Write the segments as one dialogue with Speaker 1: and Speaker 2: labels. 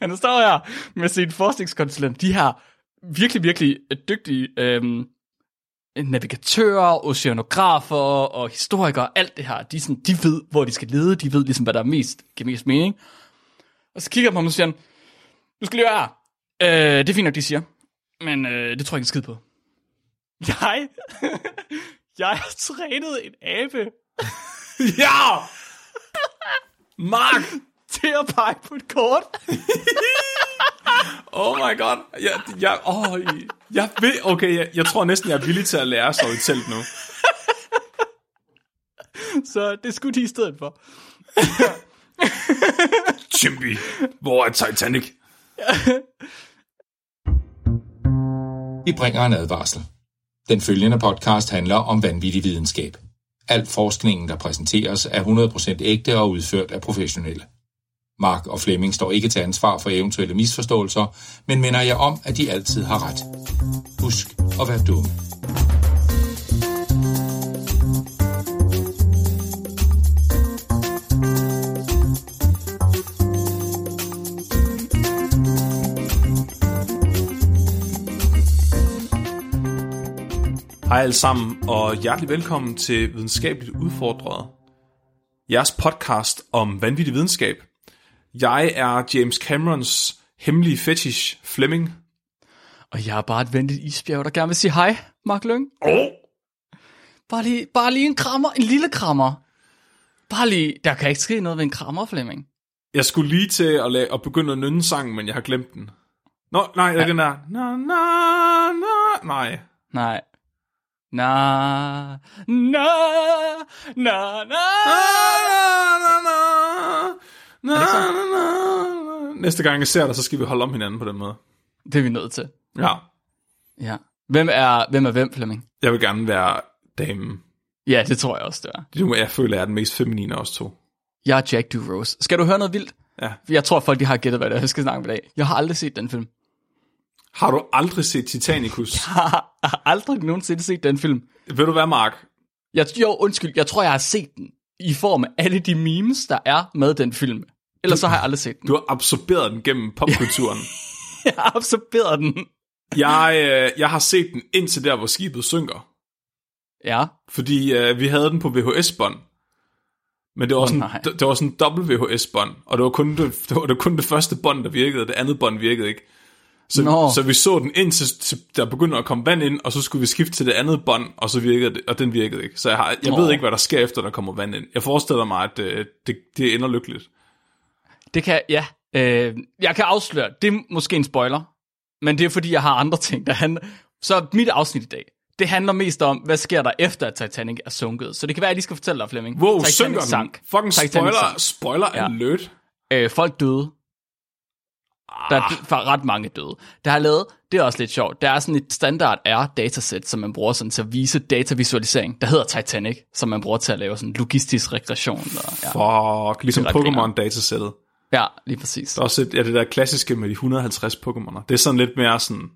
Speaker 1: han står her med sin forskningskonsulent. De her virkelig, virkelig øh, dygtige øhm, navigatører, oceanografer og historikere, alt det her. De, sådan, de ved, hvor de skal lede. De ved ligesom, hvad der er mest, giver mest mening. Og så kigger jeg på ham og siger, han, du skal lige høre her. Øh, det er fint nok, de siger. Men øh, det tror jeg ikke en skid på. Jeg? jeg har trænet en abe
Speaker 2: ja! Mark!
Speaker 1: til at pege på et kort.
Speaker 2: Oh my god. Jeg, jeg, oh, jeg ved, okay, jeg, jeg tror næsten, jeg er villig til at lære at sove i telt nu.
Speaker 1: Så det skulle de i stedet for.
Speaker 2: Chimpy, hvor er Titanic?
Speaker 3: Vi bringer en advarsel. Den følgende podcast handler om vanvittig videnskab. Al forskningen, der præsenteres, er 100% ægte og udført af professionelle. Mark og Flemming står ikke til ansvar for eventuelle misforståelser, men minder jer om, at de altid har ret. Husk at være dumme.
Speaker 2: Hej alle sammen, og hjertelig velkommen til Videnskabeligt Udfordret. Jeres podcast om vanvittig videnskab. Jeg er James Camerons hemmelige fetish, Fleming.
Speaker 1: Og jeg er bare et venligt isbjerg, der gerne vil sige hej, Mark Lyng.
Speaker 2: Oh.
Speaker 1: Bare lige, bare lige en krammer, en lille krammer. Bare lige, der kan ikke ske noget ved en krammer, Flemming.
Speaker 2: Jeg skulle lige til at, la- at begynde at nynne sangen, men jeg har glemt den. Nå, nej, ja. den der. Na, na, na. Nej.
Speaker 1: Nej. Na, na, na, na.
Speaker 2: Næste gang jeg ser dig, så skal vi holde om hinanden på den måde.
Speaker 1: Det er vi nødt til.
Speaker 2: Ja.
Speaker 1: Ja. Hvem er hvem, er hvem Flemming?
Speaker 2: Jeg vil gerne være damen.
Speaker 1: Ja, det tror jeg også, det er.
Speaker 2: Det er nu, jeg føler, jeg er den mest feminine af os to.
Speaker 1: Jeg er Jack Du Rose. Skal du høre noget vildt?
Speaker 2: Ja.
Speaker 1: Jeg tror, folk de har gættet, hvad det er, jeg skal snakke om i dag. Jeg har aldrig set den film.
Speaker 2: Har du aldrig set Titanicus?
Speaker 1: Har, har aldrig nogensinde set den film.
Speaker 2: Ved du hvad, Mark?
Speaker 1: Jeg, jo, undskyld, jeg tror, jeg har set den i form af alle de memes, der er med den film. Ellers så har jeg aldrig set den.
Speaker 2: Du har absorberet den gennem popkulturen.
Speaker 1: Jeg har absorberet den.
Speaker 2: jeg, øh, jeg har set den indtil der, hvor skibet synker.
Speaker 1: Ja,
Speaker 2: Fordi øh, vi havde den på VHS-bånd. Men det var, sådan,
Speaker 1: nej.
Speaker 2: det, det var sådan en dobbelt VHS-bånd, og det var, kun det, det var, det var kun det første bånd, der virkede, og det andet bånd virkede ikke. Så,
Speaker 1: Nå.
Speaker 2: så vi så den indtil til, der begyndte at komme vand ind, og så skulle vi skifte til det andet bånd, og så virkede det, og den virkede ikke. Så jeg, har, jeg
Speaker 1: Nå.
Speaker 2: ved ikke, hvad der sker efter, der kommer vand ind. Jeg forestiller mig, at øh, det, det ender lykkeligt.
Speaker 1: det kan ja. Øh, jeg kan afsløre, det er måske en spoiler, men det er fordi, jeg har andre ting, der handler. Så mit afsnit i dag, det handler mest om, hvad sker der efter, at Titanic er sunket. Så det kan være, at jeg lige skal fortælle dig, Flemming.
Speaker 2: Wow,
Speaker 1: Titanic
Speaker 2: synker den. Fucking
Speaker 1: Titanic
Speaker 2: spoiler,
Speaker 1: sank.
Speaker 2: spoiler
Speaker 1: Ja.
Speaker 2: alert.
Speaker 1: Øh, folk døde. Der er d- for ret mange døde. Der har lavet, det er også lidt sjovt, der er sådan et standard R-datasæt, som man bruger sådan til at vise datavisualisering, der hedder Titanic, som man bruger til at lave sådan logistisk regression. Og, ja.
Speaker 2: Fuck, ligesom
Speaker 1: ret grineren.
Speaker 2: Pokémon-datasættet.
Speaker 1: ja, lige præcis.
Speaker 2: Der er også et, ja, det der klassiske med de 150 Pokémoner. Det er sådan lidt mere sådan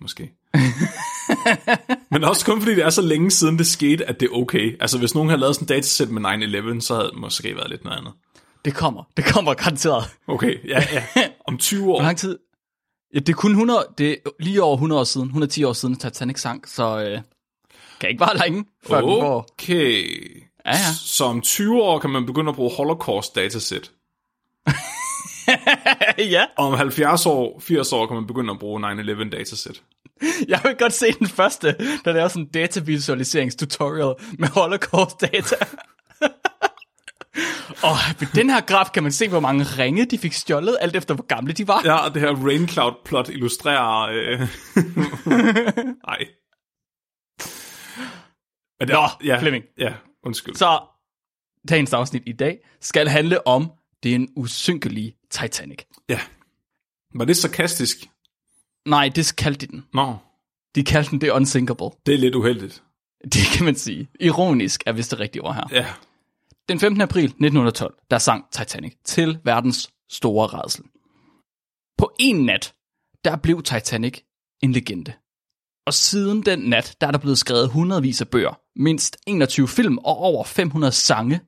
Speaker 2: måske. Men også kun fordi det er så længe siden det skete, at det er okay. Altså hvis nogen havde lavet sådan et datasæt med 9-11, så havde det måske været lidt noget andet.
Speaker 1: Det kommer, det kommer garanteret.
Speaker 2: Okay, ja, ja. Om 20 år.
Speaker 1: Hvor lang tid? Ja, det er kun 100, det er lige over 100 år siden, 110 år siden Titanic sank, så øh, kan ikke være længe, før oh. den går.
Speaker 2: Okay.
Speaker 1: Ja, ja.
Speaker 2: Så om 20 år kan man begynde at bruge Holocaust datasæt.
Speaker 1: ja,
Speaker 2: Og om 70 år, 80 år kan man begynde at bruge 9-11 datasæt.
Speaker 1: jeg vil godt se den første, der laver sådan en datavisualiseringstutorial med holocaust-data. og ved den her graf kan man se, hvor mange ringe de fik stjålet, alt efter hvor gamle de var. Ja.
Speaker 2: Ja, og det her Raincloud-plot illustrerer... Øh... Nej. Men det-
Speaker 1: Nå, Flemming.
Speaker 2: Ja, undskyld. Så...
Speaker 1: Så dagens afsnit i dag skal handle om den usynkelige Titanic.
Speaker 2: Ja. Var det sarkastisk?
Speaker 1: Nej, det kaldte de den.
Speaker 2: Nå,
Speaker 1: De kaldte den det unsinkable.
Speaker 2: det er lidt uheldigt.
Speaker 1: Det kan man sige. Ironisk er vist det rigtige ord her.
Speaker 2: Ja.
Speaker 1: Den 15. april 1912, der sang Titanic til verdens store redsel. På en nat, der blev Titanic en legende. Og siden den nat, der er der blevet skrevet hundredvis af bøger, mindst 21 film og over 500 sange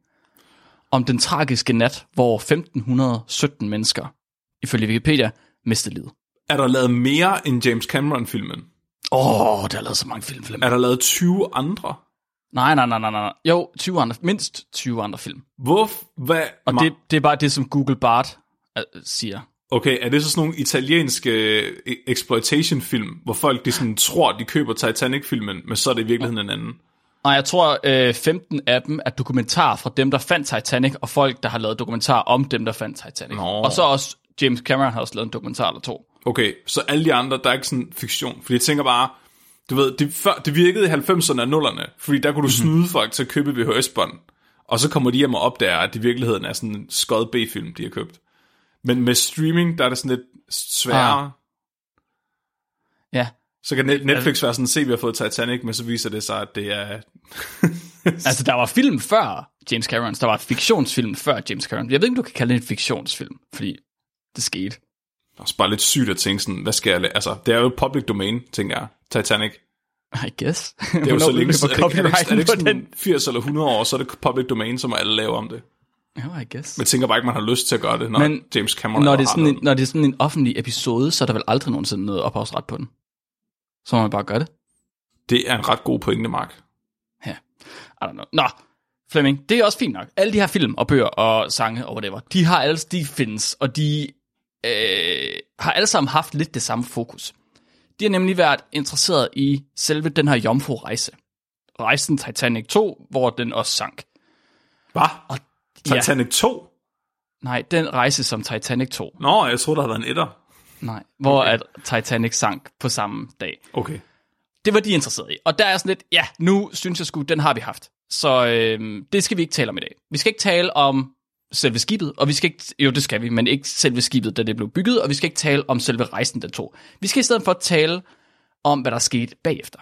Speaker 1: om den tragiske nat, hvor 1517 mennesker ifølge Wikipedia, mistet livet.
Speaker 2: Er der lavet mere end James Cameron-filmen?
Speaker 1: Åh, oh, der er lavet så mange film. film.
Speaker 2: Er der lavet 20 andre?
Speaker 1: Nej, nej, nej, nej, nej. Jo, 20 andre, mindst 20 andre film.
Speaker 2: Hvor, hvad,
Speaker 1: Og det, det er bare det, som Google Bart øh, siger.
Speaker 2: Okay, er det så sådan nogle italienske øh, exploitation-film, hvor folk de sådan tror, de køber Titanic-filmen, men så er det i virkeligheden en anden?
Speaker 1: Nej, jeg tror, øh, 15 af dem er dokumentarer fra dem, der fandt Titanic, og folk, der har lavet dokumentarer om dem, der fandt Titanic.
Speaker 2: Nå.
Speaker 1: Og så også James Cameron har også lavet en dokumentar eller to.
Speaker 2: Okay, så alle de andre, der er ikke sådan fiktion. Fordi jeg tænker bare, du ved, det, før, det virkede i 90'erne og 0'erne, fordi der kunne du
Speaker 1: Mhm.
Speaker 2: snyde folk til at købe VHS-bånd. Og så kommer de hjem og opdager, at det i virkeligheden er sådan en skød B-film, de har købt. Men med streaming, der er det sådan lidt sværere.
Speaker 1: Ah. Ja,
Speaker 2: Så kan Net- Netflix være sådan, se, vi har fået Titanic, men så viser det sig, at det er...
Speaker 1: altså der var film før James Cameron, der var fiktionsfilm før James Cameron. Jeg ved ikke, om du kan kalde det en fiktionsfilm, fordi det skete.
Speaker 2: Det er også bare lidt sygt at tænke sådan, hvad skal jeg... la- Altså, det er jo et public domain, tænker jeg, Titanic.
Speaker 1: I guess.
Speaker 2: Det er jo så længe siden, er det, er det, ikke- er det ikke
Speaker 1: på den?
Speaker 2: sådan 80 eller 100 år, så er det public domain, som alle laver om det.
Speaker 1: Jo, I guess.
Speaker 2: Jeg tænker bare ikke, man har lyst til at gøre det, når Men,
Speaker 1: Men
Speaker 2: James Cameron
Speaker 1: når det,
Speaker 2: har
Speaker 1: er sådan en,
Speaker 2: noget.
Speaker 1: når det er sådan en offentlig episode, så er der vel aldrig nogensinde noget ophavsret på den. Så må man bare gøre det.
Speaker 2: Det er en ret god pointe, Mark.
Speaker 1: Ja. I don't know. Nå, Flemming, det er også fint nok. Alle de her film og bøger og sange og whatever, de har alle, de findes, og de øh, har alle sammen haft lidt det samme fokus. De har nemlig været interesseret i selve den her jomfru-rejse. Rejsen Titanic 2, hvor den også sank.
Speaker 2: Hvad?
Speaker 1: Og,
Speaker 2: Titanic 2?
Speaker 1: nej, den rejse som Titanic 2.
Speaker 2: Nå, jeg troede, der havde været en etter.
Speaker 1: Nej, hvor okay. at Titanic sank på samme dag.
Speaker 2: Okay.
Speaker 1: det var de interesserede i. Og der er sådan lidt, ja, nu synes jeg sgu, den har vi haft. Så øh, det skal vi ikke tale om i dag. Vi skal ikke tale om selve skibet, og vi skal ikke, jo det skal vi, men ikke selve skibet, da det blev bygget, og vi skal ikke tale om selve rejsen, den tog. Vi skal i stedet for tale om, hvad der skete bagefter.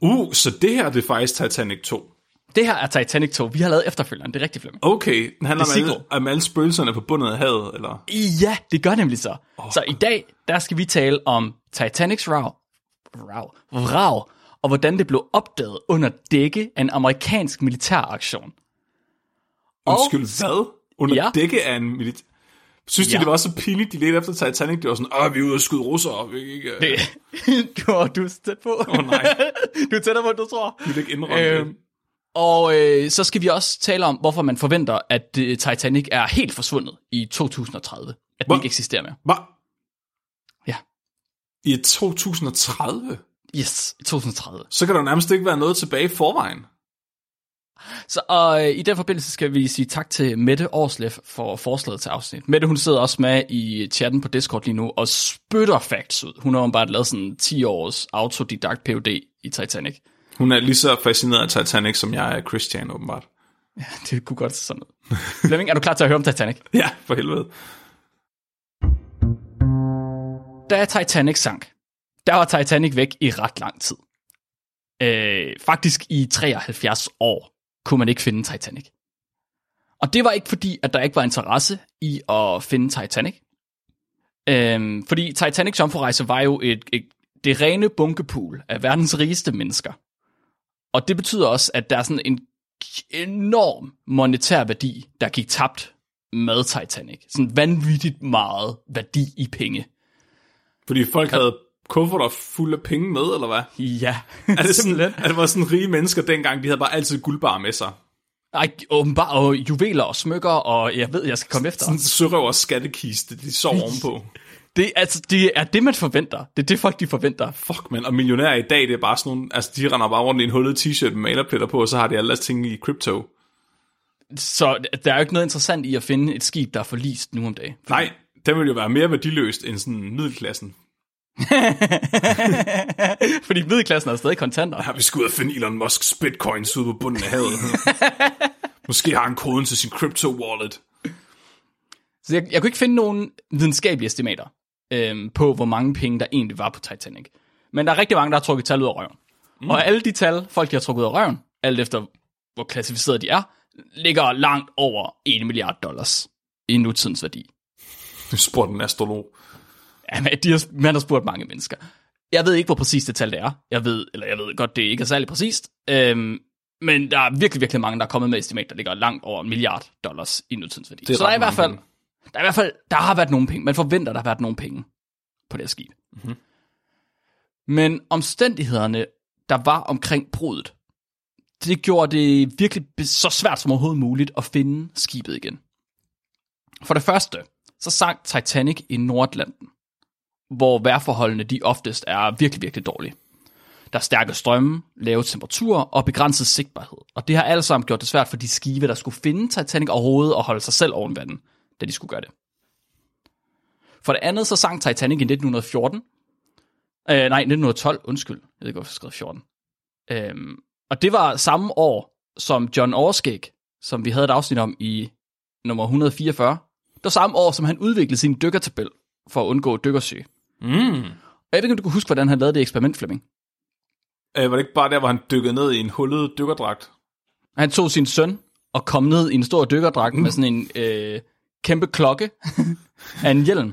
Speaker 2: Uh, så det her det er faktisk Titanic 2.
Speaker 1: Det her er Titanic 2, vi har lavet efterfølgeren, det er rigtigt, Flemming.
Speaker 2: Okay, den handler
Speaker 1: Det er
Speaker 2: om alle,
Speaker 1: sequel.
Speaker 2: om alle spøgelserne på bundet af havet, eller?
Speaker 1: Ja, det gør nemlig så. Oh. Så i dag, der skal vi tale om Titanics rav, rav, rav, og hvordan det blev opdaget under dække af en amerikansk militæraktion.
Speaker 2: Undskyld, hvad? Under ja.
Speaker 1: Ja.
Speaker 2: dække af en milit... Synes de,
Speaker 1: Ja.
Speaker 2: det var så pinligt, de ledte efter Titanic? Det var sådan, åh, vi er ude og skyde russere, vi kan ikke... øh, Det.
Speaker 1: du, åh, du er så tæt på.
Speaker 2: Åh, nej.
Speaker 1: Du er tættere på, end du tror.
Speaker 2: Vi vil ikke indrømme øh, det.
Speaker 1: Øhm, Og øh, så skal vi også tale om, hvorfor man forventer, at øh, Titanic er helt forsvundet i 2030. At den
Speaker 2: Hvor-
Speaker 1: ikke eksisterer mere.
Speaker 2: Hvad?
Speaker 1: Ja.
Speaker 2: I 2030?
Speaker 1: Yes, i 2030.
Speaker 2: Så kan der jo nærmest ikke være noget tilbage i forvejen.
Speaker 1: Så og, øh, i den forbindelse skal vi sige tak til Mette Årslev for forslaget til afsnit. Mette, hun sidder også med i chatten på Discord lige nu og spytter facts ud. Hun har jo bare lavet sådan en 10-års autodidakt PhD i Titanic.
Speaker 2: Hun er lige så fascineret af Titanic, som jeg er af Christian, åbenbart.
Speaker 1: Det kunne godt se sådan ud. Flemming, er du klar til at høre om Titanic?
Speaker 2: Ja, for helvede.
Speaker 1: da Titanic sank, der var Titanic væk i ret lang tid. Øh, faktisk i 73 år kunne man ikke finde Titanic. Og det var ikke fordi, at der ikke var interesse i at finde Titanic. Øh, fordi Titanics jomfrurejse var jo et, et, det rene bunkepool af verdens rigeste mennesker. Og det betyder også, at der er sådan en enorm monetær værdi, der gik tabt med Titanic. Sådan vanvittigt meget værdi i penge.
Speaker 2: Fordi folk havde kufferter fulde af penge med, eller hvad?
Speaker 1: Ja,
Speaker 2: Er det sådan, at det var sådan rige mennesker dengang, de havde bare altid guldbar med sig.
Speaker 1: Ej, åbenbart, og juveler og smykker, og jeg ved, jeg skal komme efter.
Speaker 2: Sådan en sørøvers skattekiste, de sov ovenpå.
Speaker 1: Det, altså, det er det, man forventer. Det er det, folk de forventer.
Speaker 2: Fuck, man. Og millionærer i dag, det er bare sådan nogle... Altså, de render bare rundt i en hullet t-shirt med malerpletter på, og så har de alle deres ting i crypto.
Speaker 1: Så der er jo ikke noget interessant i at finde et skib, der er forlist nu om dagen.
Speaker 2: Nej, den ville jo være mere værdiløst end sådan middelklassen.
Speaker 1: Fordi middelklassen er stadig kontanter.
Speaker 2: Har vi skulle ud og finde Elon Musks bitcoins ude på bunden af havet? Måske har han koden til sin crypto-wallet.
Speaker 1: Så jeg, jeg kunne ikke finde nogen videnskabelige estimater øhm, på, hvor mange penge der egentlig var på Titanic. Men der er rigtig mange, der har trukket tal ud af røven. Mm. Og alle de tal, folk de har trukket ud af røven, alt efter hvor klassificeret de er, ligger langt over 1 milliard dollars i nutidens værdi.
Speaker 2: Nu spurgte en astrolog.
Speaker 1: Jamen, de har, man har spurgt mange mennesker. Jeg ved ikke, hvor præcist det tal det er. Jeg ved, eller jeg ved godt, det ikke er særlig præcist. Øhm, men der er virkelig, virkelig mange, der er kommet med et estimat, der ligger langt over en milliard dollars i nutidens værdi.
Speaker 2: er
Speaker 1: Så der er i
Speaker 2: ret
Speaker 1: hvert fald
Speaker 2: mange
Speaker 1: Der er i hvert fald, der har været nogle penge. Man forventer, der har været nogle penge på det her skib. Mm-hmm.
Speaker 2: Mhm.
Speaker 1: Men omstændighederne, der var omkring brudet, det gjorde det virkelig be- så svært som overhovedet muligt at finde skibet igen. For det første, så sank Titanic i Nordatlanten, hvor vejrforholdene de oftest er virkelig, virkelig dårlige. Der er stærke strømme, lave temperaturer og begrænset sigtbarhed. Og det har alt sammen gjort det svært for de skibe, der skulle finde Titanic overhovedet og holde sig selv oven vandet, da de skulle gøre det. For det andet, så sank Titanic i 1914. Øh, nej, 1912, undskyld. Jeg ved ikke, hvorfor jeg skrev 14. Øhm, og det var samme år, som John Orskæg, som vi havde et afsnit om i nummer 144, det var samme år, som han udviklede sin dykkertabel for at undgå dykkersyge.
Speaker 2: Mm.
Speaker 1: Og jeg ved ikke, om du kan huske, hvordan han lavede det eksperiment, Flemming.
Speaker 2: Øh, var det ikke bare der, hvor han dykkede ned i en hullet dykkerdragt?
Speaker 1: Han tog sin søn og kom ned i en stor dykkerdragt med sådan en øh, kæmpe klokke af en hjelm,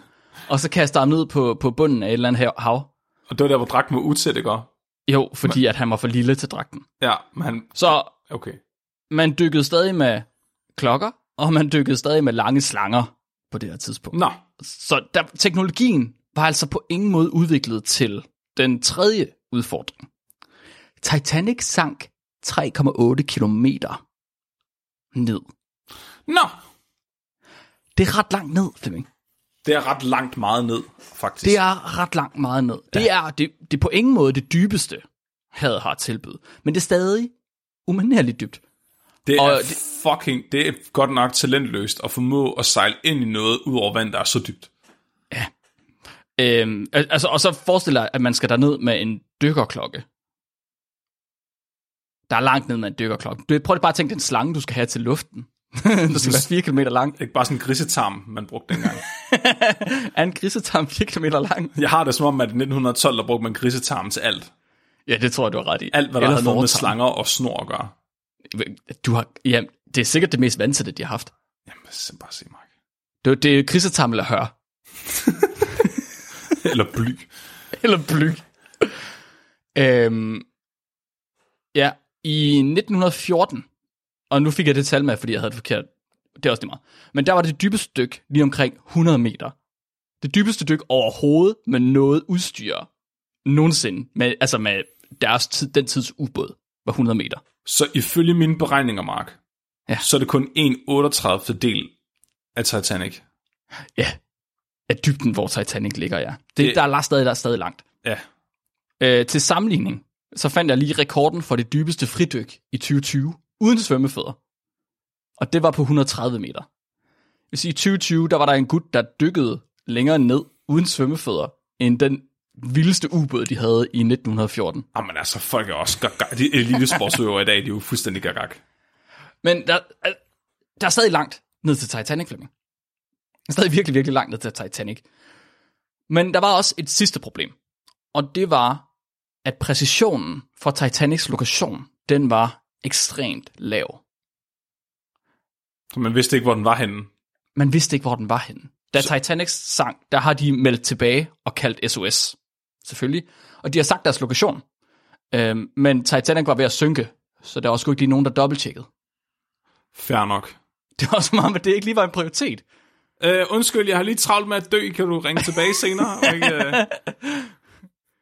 Speaker 1: og så kastede ham ned på, på bunden af et eller andet hav- hav.
Speaker 2: Og det var der, hvor dragten var utæt, ikke? også?
Speaker 1: Jo, fordi at han var for lille til dragten.
Speaker 2: Ja, men han...
Speaker 1: Så
Speaker 2: Okay.
Speaker 1: man dykkede stadig med klokker, og man dykkede stadig med lange slanger på det her tidspunkt.
Speaker 2: Nå,
Speaker 1: Så der, teknologien var altså på ingen måde udviklet til den tredje udfordring. Titanic sank 3,8 kilometer ned.
Speaker 2: nå!
Speaker 1: Det er ret langt ned, Flemming.
Speaker 2: Det er ret langt meget ned, faktisk.
Speaker 1: Det er ret langt meget ned. Ja. Det er det, det er på ingen måde det dybeste, havet har tilbydet. Men det er stadig umanerligt dybt.
Speaker 2: Det
Speaker 1: Og
Speaker 2: er
Speaker 1: det-
Speaker 2: fucking, det er godt nok talentløst at formå at sejle ind i noget, ud over vand, der er så dybt.
Speaker 1: Øhm, al- altså, og så forestil dig, at man skal derned med en dykkerklokke. Der er langt ned med en dykkerklokke. Du, prøv lige bare at tænke den slange, du skal have til luften. du skal være 4 km lang.
Speaker 2: Ikke bare sådan en grisetarm, man brugte dengang.
Speaker 1: Er en grisetarm 4 km lang?
Speaker 2: Jeg har det som om, at i 1912, der brugte man grisetarm til alt.
Speaker 1: Ja, det tror jeg, du har ret i.
Speaker 2: Alt, hvad der havde noget med
Speaker 1: fortarm.
Speaker 2: slanger og snor at gøre.
Speaker 1: Du har, ja, det er sikkert det mest vandsætte, de har haft.
Speaker 2: Jamen, så bare se, Mark.
Speaker 1: Det, det er grisetarm eller hør.
Speaker 2: Eller bly.
Speaker 1: Eller blyg. øhm, ja, i 1914, og nu fik jeg det tal med, fordi jeg havde det forkert. Det er også lige meget. Men der var det dybeste dyk lige omkring 100 meter. Det dybeste dyk overhovedet med noget udstyr nogensinde. Med, altså med deres tid, den tids ubåd var 100 meter.
Speaker 2: Så ifølge mine beregninger, Mark,
Speaker 1: Ja.
Speaker 2: ja. så er det kun 1,38 del af Titanic.
Speaker 1: Ja, af dybden, hvor Titanic ligger, ja. Det, det...
Speaker 2: Det-
Speaker 1: Der, er stadig, der er stadig langt.
Speaker 2: Ja.
Speaker 1: Øh, til sammenligning, så fandt jeg lige rekorden for det dybeste fridyk i 2020, uden svømmefødder. Og det var på 130 meter. Det vil sige, i 2020, der var der en gut, der dykkede længere ned uden svømmefødder, end den vildeste ubåd, de havde i 1914.
Speaker 2: Jamen altså, folk er også gagag. De elitesportsøvere i dag, de er jo fuldstændig gagag.
Speaker 1: Men der, al- der er stadig langt ned til Titanic, Flemming. Der er stadig virkelig, virkelig langt ned til Titanic. Men der var også et sidste problem. Og det var, at præcisionen for Titanics lokation, den var ekstremt lav.
Speaker 2: Så man vidste ikke, hvor den var henne.
Speaker 1: Man vidste ikke, hvor den var henne. Da Titanic sank, der har de meldt tilbage og kaldt SOS. Selvfølgelig. Og de har sagt deres lokation. Øhm, men Titanic var ved at synke, så der var sgu ikke lige nogen, der dobbelttjekkede.
Speaker 2: Fair nok.
Speaker 1: Det var som om, at det ikke lige var en prioritet.
Speaker 2: Øh, undskyld, jeg har lige travlt med at dø. Kan du ringe tilbage senere? Og ikke, øh...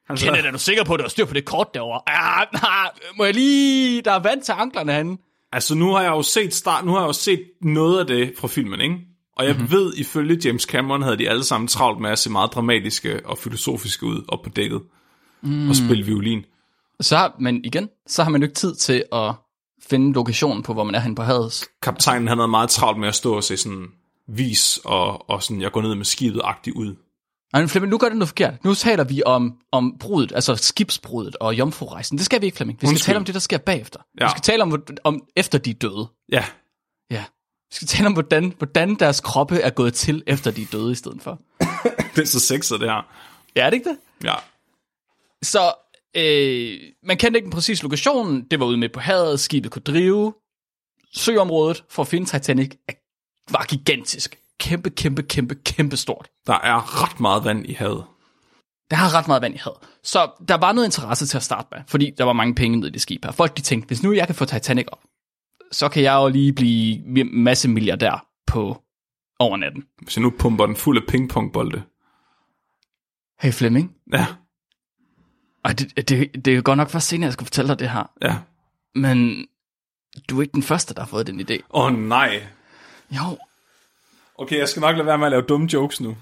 Speaker 2: Han så-
Speaker 1: Kenneth, er du sikker på, at der er styr på det kort derovre? Ah, nej, må jeg lige... Der er vand til anklerne han.
Speaker 2: Altså, nu har jeg jo set start, nu har jeg jo set noget af det fra filmen, ikke? Og jeg mm-hmm. ved, ifølge James Cameron havde de alle sammen travlt med at se meget dramatiske og filosofiske ud op på dækket. Mm. Og spille violin.
Speaker 1: Så, men igen, så har man jo ikke tid til at finde lokationen på, hvor man er henne på havet.
Speaker 2: Kaptajnen han havde meget travlt med at stå og se sådan vis og, og sådan, jeg går ned med skibet-agtigt ud.
Speaker 1: Nej, men Flemming, nu gør det noget forkert. Nu taler vi om, om brudet, altså skibsbrudet og jomfrurejsen. Det skal vi ikke, Flemming. Vi skal
Speaker 2: Undskyld.
Speaker 1: tale om det, der sker bagefter. Ja.
Speaker 2: Ja.
Speaker 1: Vi skal tale om, hvor- om efter de er døde.
Speaker 2: Ja,
Speaker 1: Ja. Vi skal tale om, hvordan, hvordan deres kroppe er gået til, efter de er døde i stedet for.
Speaker 2: det er så sexet det her.
Speaker 1: Ja, er det ikke det?
Speaker 2: Ja.
Speaker 1: Så øh, man kendte ikke den præcise lokation. Det var ude midt på havet. Skibet kunne drive. Søområdet for at finde Titanic er- var gigantisk. Kæmpe, kæmpe, kæmpe, kæmpe stort.
Speaker 2: Der er ret meget vand i havet.
Speaker 1: Der har ret meget vand i havet. Så der var noget interesse til at starte med, fordi der var mange penge ned i det skib her. Folk de tænkte, hvis nu jeg kan få Titanic op, så kan jeg jo lige blive masse milliardær på over natten.
Speaker 2: Hvis jeg nu pumper den fuld af pingpongbolde.
Speaker 1: Hey Flemming,
Speaker 2: Ja,
Speaker 1: Ej, det, det, det er godt nok først senere, jeg skal fortælle dig det her,
Speaker 2: ja.
Speaker 1: men du er ikke den første, der har fået den idé.
Speaker 2: Åh oh, nej.
Speaker 1: Jo,
Speaker 2: Okay, jeg skal nok lade være med at lave dumme jokes nu.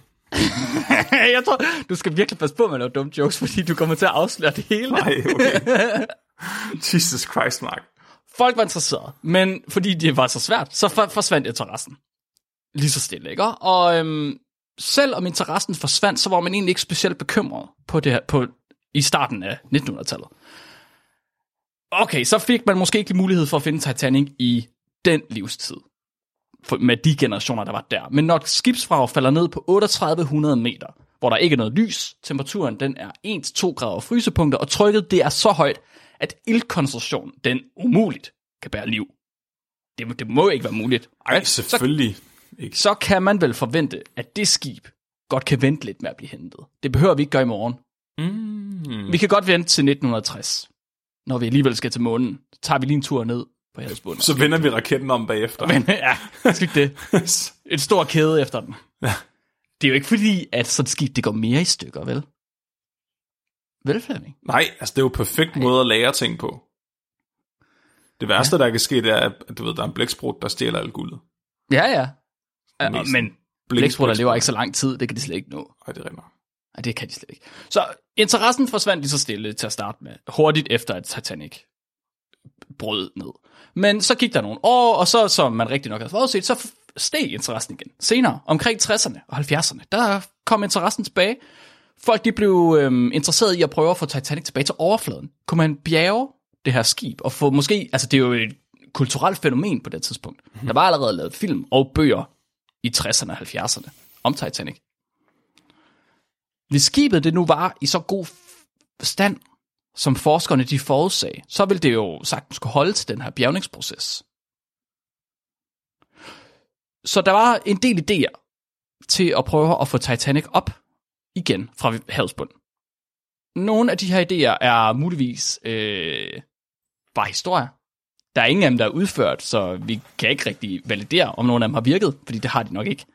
Speaker 1: jeg tror, du skal virkelig passe på med at lave dumme jokes, fordi du kommer til at afsløre det hele.
Speaker 2: Nej, okay. Jesus Christ, Mark.
Speaker 1: Folk var interesserede, men fordi det var så svært, så for, forsvandt interessen. Lige så stille, ikke? Og øhm, selv om interessen forsvandt, så var man egentlig ikke specielt bekymret på det her, på, i starten af 1900-tallet. Okay, så fik man måske ikke mulighed for at finde Titanic i den livstid. For, med de generationer, der var der. Men når et skibsfrag falder ned på 3800 meter, hvor der ikke er noget lys, temperaturen den er 1-2 grader frysepunkter, og trykket det er så højt, at ildkoncentrationen den umuligt kan bære liv. Det, det må ikke være muligt.
Speaker 2: Ej, selvfølgelig. Ikke.
Speaker 1: Så kan man vel forvente, at det skib godt kan vente lidt med at blive hentet. Det behøver vi ikke gøre i morgen.
Speaker 2: Mm.
Speaker 1: Vi kan godt vente til 1960. Når vi alligevel skal til månen, så tager vi lige en tur ned på Hellsbunden.
Speaker 2: Så vender vi raketten om bagefter.
Speaker 1: Men ja, skyld det. En stor kæde efter den. Det er jo ikke fordi, at sådan et skib, det går mere i stykker, vel? Vel, Flemming?
Speaker 2: Nej, altså det er jo en perfekt måde at lære ting på. Det værste, ja. der kan ske, det er, at du ved, der er en blæksprut, der stjæler alt guldet.
Speaker 1: Ja, ja. ja
Speaker 2: Mest
Speaker 1: men blæksprutter lever ikke så lang tid, det kan de slet ikke nå.
Speaker 2: Nej, det er rigtigt.
Speaker 1: Nej, det kan de slet ikke. Så interessen forsvandt lige så stille til at starte med, hurtigt efter at Titanic brød ned. Men så gik der nogle år, og så, som man rigtig nok havde forudset, så f- steg interessen igen. Senere, omkring 60'erne og 70'erne, der kom interessen tilbage. Folk de blev øhm, interesseret i at prøve at få Titanic tilbage til overfladen. Kunne man bjerge det her skib, og få måske, altså det er jo et kulturelt fænomen på det tidspunkt. Der var allerede lavet film og bøger i 60'erne og 70'erne om Titanic. Hvis skibet det nu var i så god f- stand, som forskerne de forudsagde, så ville det jo sagtens kunne holde til den her bjergningsproces. Så der var en del idéer til at prøve at få Titanic op igen fra havsbunden. Nogle af de her idéer er muligvis øh, bare historier. Der er ingen af dem, der er udført, så vi kan ikke rigtig validere, om nogen af dem har virket, fordi det har de nok ikke.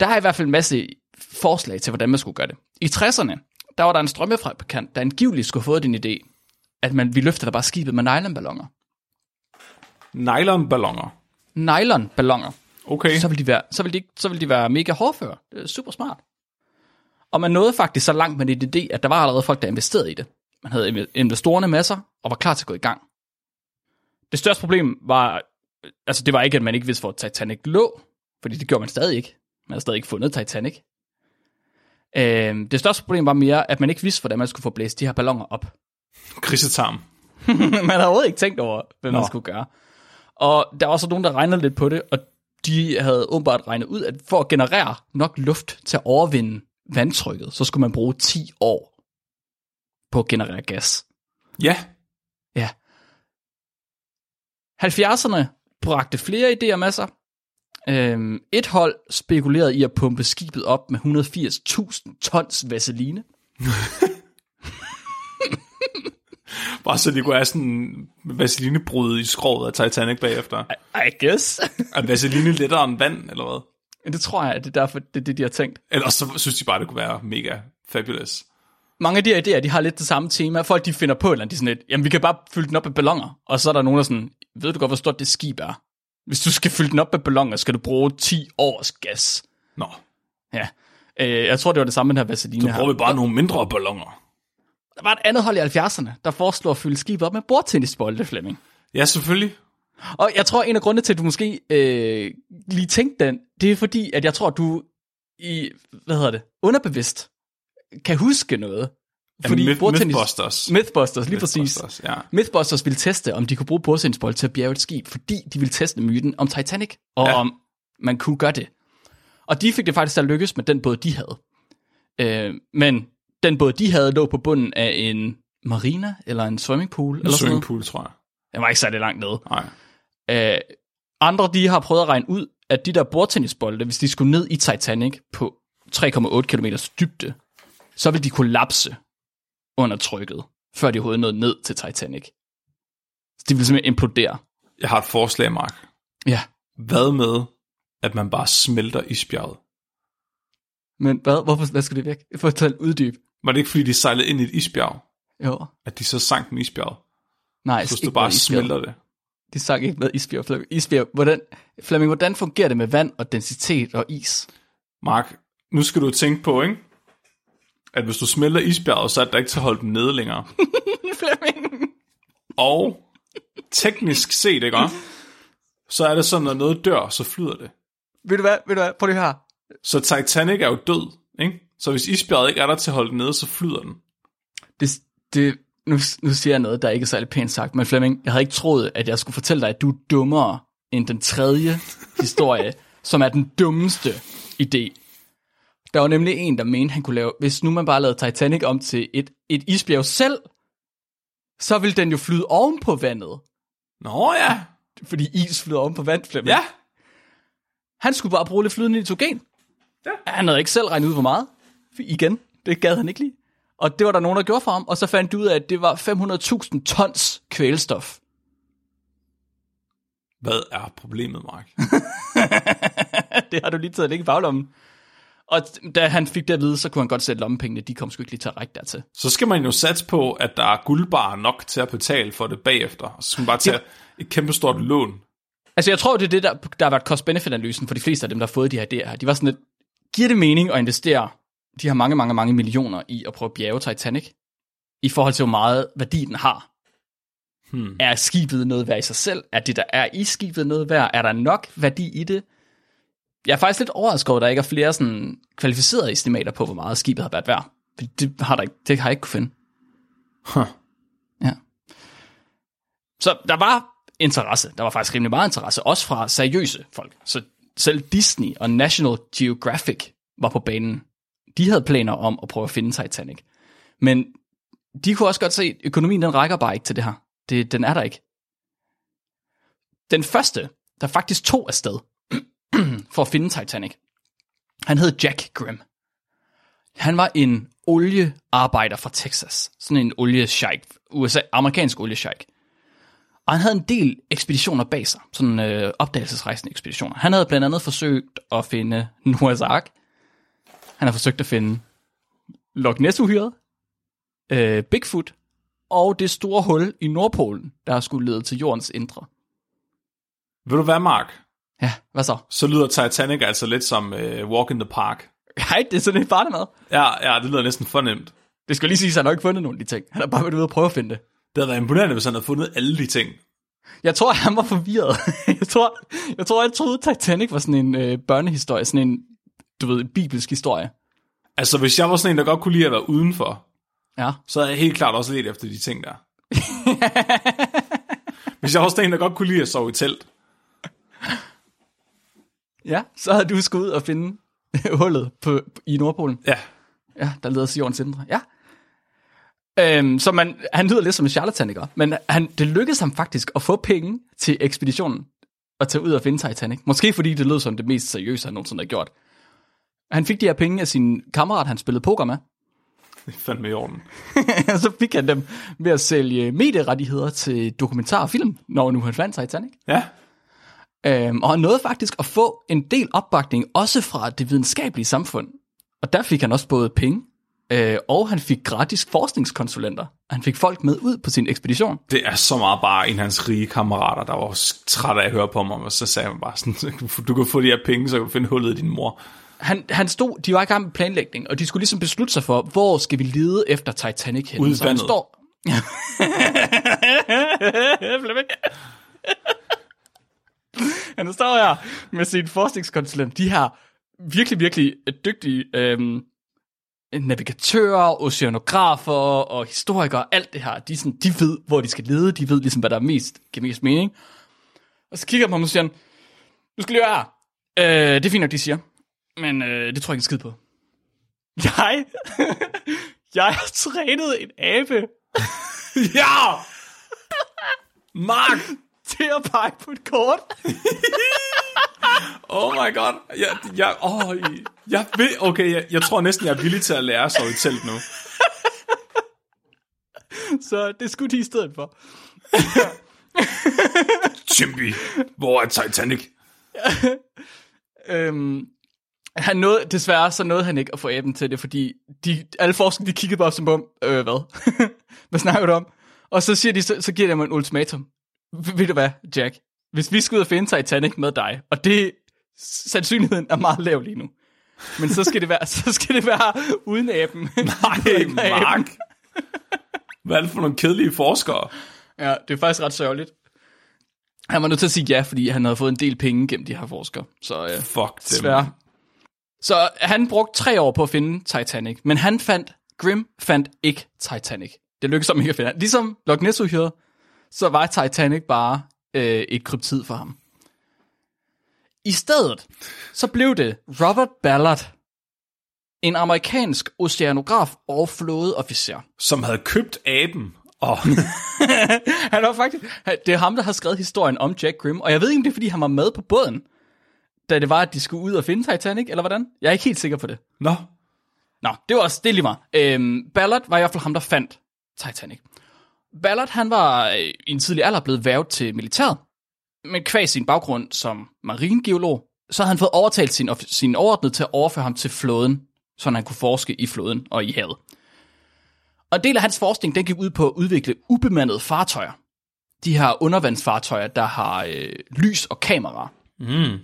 Speaker 1: Der er i hvert fald en masse forslag til, hvordan man skulle gøre det. I 60'erne, der var der en strømmefabrikant, der angiveligt skulle have fået den idé, at man, vi løfter da bare skibet med nylonballoner.
Speaker 2: Nylonballoner.
Speaker 1: Nylonballoner.
Speaker 2: Okay.
Speaker 1: Så ville de være, så ville de, ikke- så ville de være mega hårdføre. Det er super smart. Og man nåede faktisk så langt med det idé, at der var allerede folk, der investerede i det. Man havde inve- investorerne med sig, og var klar til at gå i gang. Det største problem var, altså det var ikke, at man ikke vidste, hvor Titanic lå, fordi det gjorde man stadig ikke. Man havde stadig ikke fundet Titanic. Øhm, det største problem var mere, at man ikke vidste, hvordan man skulle få blæst de her balloner op.
Speaker 2: Grisetarm.
Speaker 1: man havde overhovedet ikke tænkt over, hvad man
Speaker 2: Nå.
Speaker 1: skulle gøre. Og der var så nogen, der regnede lidt på det, og de havde åbenbart regnet ud, at for at generere nok luft til at overvinde vandtrykket, så skulle man bruge 10 år på at generere gas.
Speaker 2: Ja.
Speaker 1: Ja. 70'erne bragte flere idéer med sig. Øhm, et hold spekulerede i at pumpe skibet op med 180.000 tons vaseline.
Speaker 2: Bare så de kunne have sådan en vaselinebrud i skroget af Titanic bagefter.
Speaker 1: I guess.
Speaker 2: Er vaseline lettere end vand, eller hvad?
Speaker 1: det tror jeg, at det er derfor, det er det, de har tænkt.
Speaker 2: Ellers så synes de bare, det kunne være mega fabulous.
Speaker 1: mange af de her idéer, de har lidt det samme tema. Folk, de finder på et eller andet, de er sådan lidt, jamen vi kan bare fylde den op med ballonger. Og så er der nogen, der er sådan, ved du godt, hvor stort det skib er? Hvis du skal fylde den op med ballonger, skal du bruge 10 års gas.
Speaker 2: Nå,
Speaker 1: Ja. Øh, jeg tror, det var det samme med den her vaseline
Speaker 2: så
Speaker 1: her.
Speaker 2: bruger vi bare nogle mindre ballonger.
Speaker 1: Der var et andet hold i 70'erne, der foreslog at fylde skibet op med bordtennisbolde, Flemming.
Speaker 2: Ja, selvfølgelig.
Speaker 1: Og jeg tror, en af grundene til, at du måske øh, lige tænkte den, det er fordi, at jeg tror, du i, hvad hedder det, underbevidst kan huske noget.
Speaker 2: Fordi Myth-
Speaker 1: bordtennis-
Speaker 2: Mythbusters.
Speaker 1: Mythbusters, lige præcis.
Speaker 2: Mythbusters, ja.
Speaker 1: Mythbusters ville teste, om de kunne bruge bordsendsbold til at bjerge et skib, fordi de ville teste myten om Titanic, og
Speaker 2: Ja.
Speaker 1: ja. om man kunne gøre det. Og de fik det faktisk til at lykkes med den båd, de havde. Øh, men den båd, de havde, lå på bunden af en marina, eller en swimmingpool, eller sådan noget.
Speaker 2: Swimmingpool, tror jeg.
Speaker 1: Den var ikke særlig langt nede.
Speaker 2: Nej.
Speaker 1: Øh, andre, de har prøvet at regne ud, at de der bordtennisbolde, hvis de skulle ned i Titanic på 3,8 km dybde, så ville de kollapse under trykket, før de overhovedet nåede ned til Titanic. Så de ville simpelthen implodere.
Speaker 2: Jeg har et forslag, Mark.
Speaker 1: Ja.
Speaker 2: Hvad med, at man bare smelter isbjerget.
Speaker 1: Men hvad, hvorfor, hvad skal det væk? Fortæl, uddyb.
Speaker 2: Var det ikke, fordi de sejlede ind i et isbjerg,
Speaker 1: Jo.
Speaker 2: at de så sank med isbjerget?
Speaker 1: Nej,
Speaker 2: Så hvis du
Speaker 1: ikke
Speaker 2: bare
Speaker 1: med isbjerg.
Speaker 2: smelter det.
Speaker 1: Det sang ikke med isbjerg. Flemming. Isbjerg, hvordan, Flemming, hvordan fungerer det med vand og densitet og is?
Speaker 2: Mark, nu skal du tænke på, ikke? At hvis du smelter isbjerget, så er der ikke til at holde den nede længere.
Speaker 1: Flemming!
Speaker 2: Og teknisk set, ikke også? Så er det sådan, når noget dør, så flyder det.
Speaker 1: Ved du hvad, ved du hvad, prøv lige her.
Speaker 2: Så Titanic er jo død, ikke? Så hvis isbjerget ikke er der til at holde den nede, så flyder den.
Speaker 1: Det, det, nu, nu siger jeg noget, der ikke er særlig pænt sagt, men Flemming, jeg havde ikke troet, at jeg skulle fortælle dig, at du er dummere end den tredje historie, som er den dummeste idé. Der var nemlig en, der mente, han kunne lave, hvis nu man bare lavede Titanic om til et, et isbjerg selv, så ville den jo flyde oven på vandet,
Speaker 2: Nå ja,
Speaker 1: fordi is flyder oven på vand, Flemming.
Speaker 2: ja.
Speaker 1: Han skulle bare bruge lidt flydende nitrogen. Ja. Han havde ikke selv regnet ud, hvor meget. For igen, det gad han ikke lige. Og det var der nogen, der gjorde for ham, og så fandt de ud af, at det var 500.000 tons kvælstof.
Speaker 2: Hvad er problemet, Mark?
Speaker 1: det har du lige taget lidt i baglommen. Og da han fik det at vide, så kunne han godt sætte lommepengene, de kom sgu ikke lige til at række dertil.
Speaker 2: Så skal man jo satse på, at der er guldbar nok til at betale for det bagefter. Og så skal man bare tage et kæmpestort lån.
Speaker 1: Altså jeg tror, det er det, der, der har været cost-benefit-analysen for de fleste af dem, der har fået de her idéer her. De var sådan lidt, giver det mening at investere de her mange, mange, mange millioner i at prøve at bjerge Titanic? I forhold til, hvor meget værdi den har.
Speaker 2: Hmm.
Speaker 1: Er skibet noget værd i sig selv? Er det, der er i skibet noget værd? Er der nok værdi i det? Jeg er faktisk lidt overrasket over, at der ikke er flere sådan kvalificerede estimater på, hvor meget skibet har været værd. Fordi Det har, der ikke, det har jeg ikke kunne finde.
Speaker 2: Huh.
Speaker 1: Ja. Så der var interesse. Der var faktisk rimelig meget interesse, også fra seriøse folk. Så selv Disney og National Geographic var på banen. De havde planer om at prøve at finde Titanic. Men de kunne også godt se, at økonomien den rækker bare ikke til det her. Det, den er der ikke. Den første, der faktisk tog afsted for at finde Titanic, han hed Jack Grimm. Han var en oliearbejder fra Texas. Sådan en oliesheik. USA, amerikansk oliesheik. Og han havde en del ekspeditioner bag sig. Sådan øh, opdagelsesrejsende ekspeditioner. Han havde blandt andet forsøgt at finde Noahs Ark. Han har forsøgt at finde Loch Ness-uhyret. Øh, Bigfoot. Og det store hul i Nordpolen, der har skulle lede til jordens indre.
Speaker 2: Ved du hvad, Mark?
Speaker 1: Ja, hvad så?
Speaker 2: Så lyder Titanic altså lidt som øh, Walk in the Park.
Speaker 1: Hej, det er sådan en barnemad.
Speaker 2: Ja, ja, det lyder næsten fornemt.
Speaker 1: Det skal lige sige, at han har ikke fundet nogen af de ting. Han har bare været ude og prøve at finde det.
Speaker 2: Det havde været imponerende, hvis han havde fundet alle de ting.
Speaker 1: Jeg tror, han var forvirret. jeg, tror, jeg tror, han troede, Titanic var sådan en øh, børnehistorie, sådan en, du ved, en bibelsk historie.
Speaker 2: Altså, hvis jeg var sådan en, der godt kunne lide at være udenfor,
Speaker 1: Ja.
Speaker 2: så havde jeg helt klart også let efter de ting der. hvis jeg var sådan en, der godt kunne lide at sove i telt.
Speaker 1: Ja, så havde du skulle ud og finde hullet på, i Nordpolen.
Speaker 2: Ja,
Speaker 1: Ja, der leder til jordens indre. Ja. Øhm, så man, han lyder lidt som en charlataniker, men han, det lykkedes ham faktisk at få penge til ekspeditionen og tage ud og finde Titanic. Måske fordi det lød som det mest seriøse, han nogensinde har gjort. Han fik de her penge af sin kammerat, han spillede poker med.
Speaker 2: det er fandme i orden.
Speaker 1: Og så fik han dem ved at sælge medierettigheder til dokumentar og film, når nu han fandt Titanic.
Speaker 2: Ja,
Speaker 1: Øhm, og han nåede faktisk at få en del opbakning, også fra det videnskabelige samfund. Og der fik han også både penge, øh, og han fik gratis forskningskonsulenter. Han fik folk med ud på sin ekspedition.
Speaker 2: det er så meget bare en af hans rige kammerater, der var træt af at høre på mig, og så sagde han bare sådan, du kan få de her penge, så kan du finde hullet i din mor.
Speaker 1: Han, han stod, de var i gang med planlægning, og de skulle ligesom beslutte sig for, hvor skal vi lede efter Titanic hen.
Speaker 2: Ude i
Speaker 1: Så han
Speaker 2: vandet.
Speaker 1: står... Flemming. han står her med sin forskningskonsulent. De her virkelig, virkelig øh, dygtige øhm, navigatører, oceanografer og historikere, alt det her. De, er sådan, de ved, hvor de skal lede. De ved ligesom, hvad der er mest, giver mest mening. Og så kigger han på ham og siger, han, du skal lige høre her. Øh, det er fint nok, de siger. Men øh, det tror jeg ikke en skid på. Jeg? jeg har trænet en abe
Speaker 2: Ja! Mark!
Speaker 1: til at pege på et kort.
Speaker 2: Oh my god. Jeg, jeg, oh, jeg, ved, okay, jeg, jeg tror næsten, jeg er villig til at lære at sove i telt nu.
Speaker 1: Så det skulle de i stedet for.
Speaker 2: Chimby, hvor er Titanic?
Speaker 1: øhm, han nåede, desværre så nåede han ikke at få aben til det, fordi de, alle forskere de kiggede bare som om, øh, hvad? hvad snakker du om? Og så, siger de, så, så giver de ham en ultimatum. "V- Ved du hvad, Jack? Hvis vi skal ud og finde Titanic med dig, og det sandsynligheden er meget lav lige nu, men så skal det være, så skal det være uden aben.
Speaker 2: Nej, Mark. Hvad er det for nogle kedelige forskere?
Speaker 1: Ja, det er faktisk ret sørgeligt. Han var nødt til at sige ja, fordi han havde fået en del penge gennem de her forskere. Så øh,
Speaker 2: Fuck dem.
Speaker 1: desværre. Så han brugte tre år på at finde Titanic, men han fandt, Grim fandt ikke Titanic. Det lykkedes ham ikke at finde. Ligesom Loch Ness uhyret, så var Titanic bare øh, et kryptid for ham. I stedet, så blev det Robert Ballard, en amerikansk oceanograf og flådeofficer.
Speaker 2: Som havde købt aben. Og
Speaker 1: Han var faktisk... han- Det er ham, der har skrevet historien om Jack Grimm, og jeg ved ikke, om det er, fordi han var med på båden, da det var, at de skulle ud og finde Titanic, eller hvordan? Jeg er ikke helt sikker på det.
Speaker 2: Nå,
Speaker 1: Nå, det var også... Det er lige meget. Øhm, Ballard var i hvert fald ham, der fandt Titanic. Ballard, han var øh, i en tidlig alder blevet værvet til militæret, men kvæg sin baggrund som maringeolog, så havde han fået overtalt sin, offi- sin overordnede til at overføre ham til flåden, så han kunne forske i flåden og i havet. Og en del af hans forskning, den gik ud på at udvikle ubemandede fartøjer. De her undervandsfartøjer, der har øh, lys og kameraer. Mm.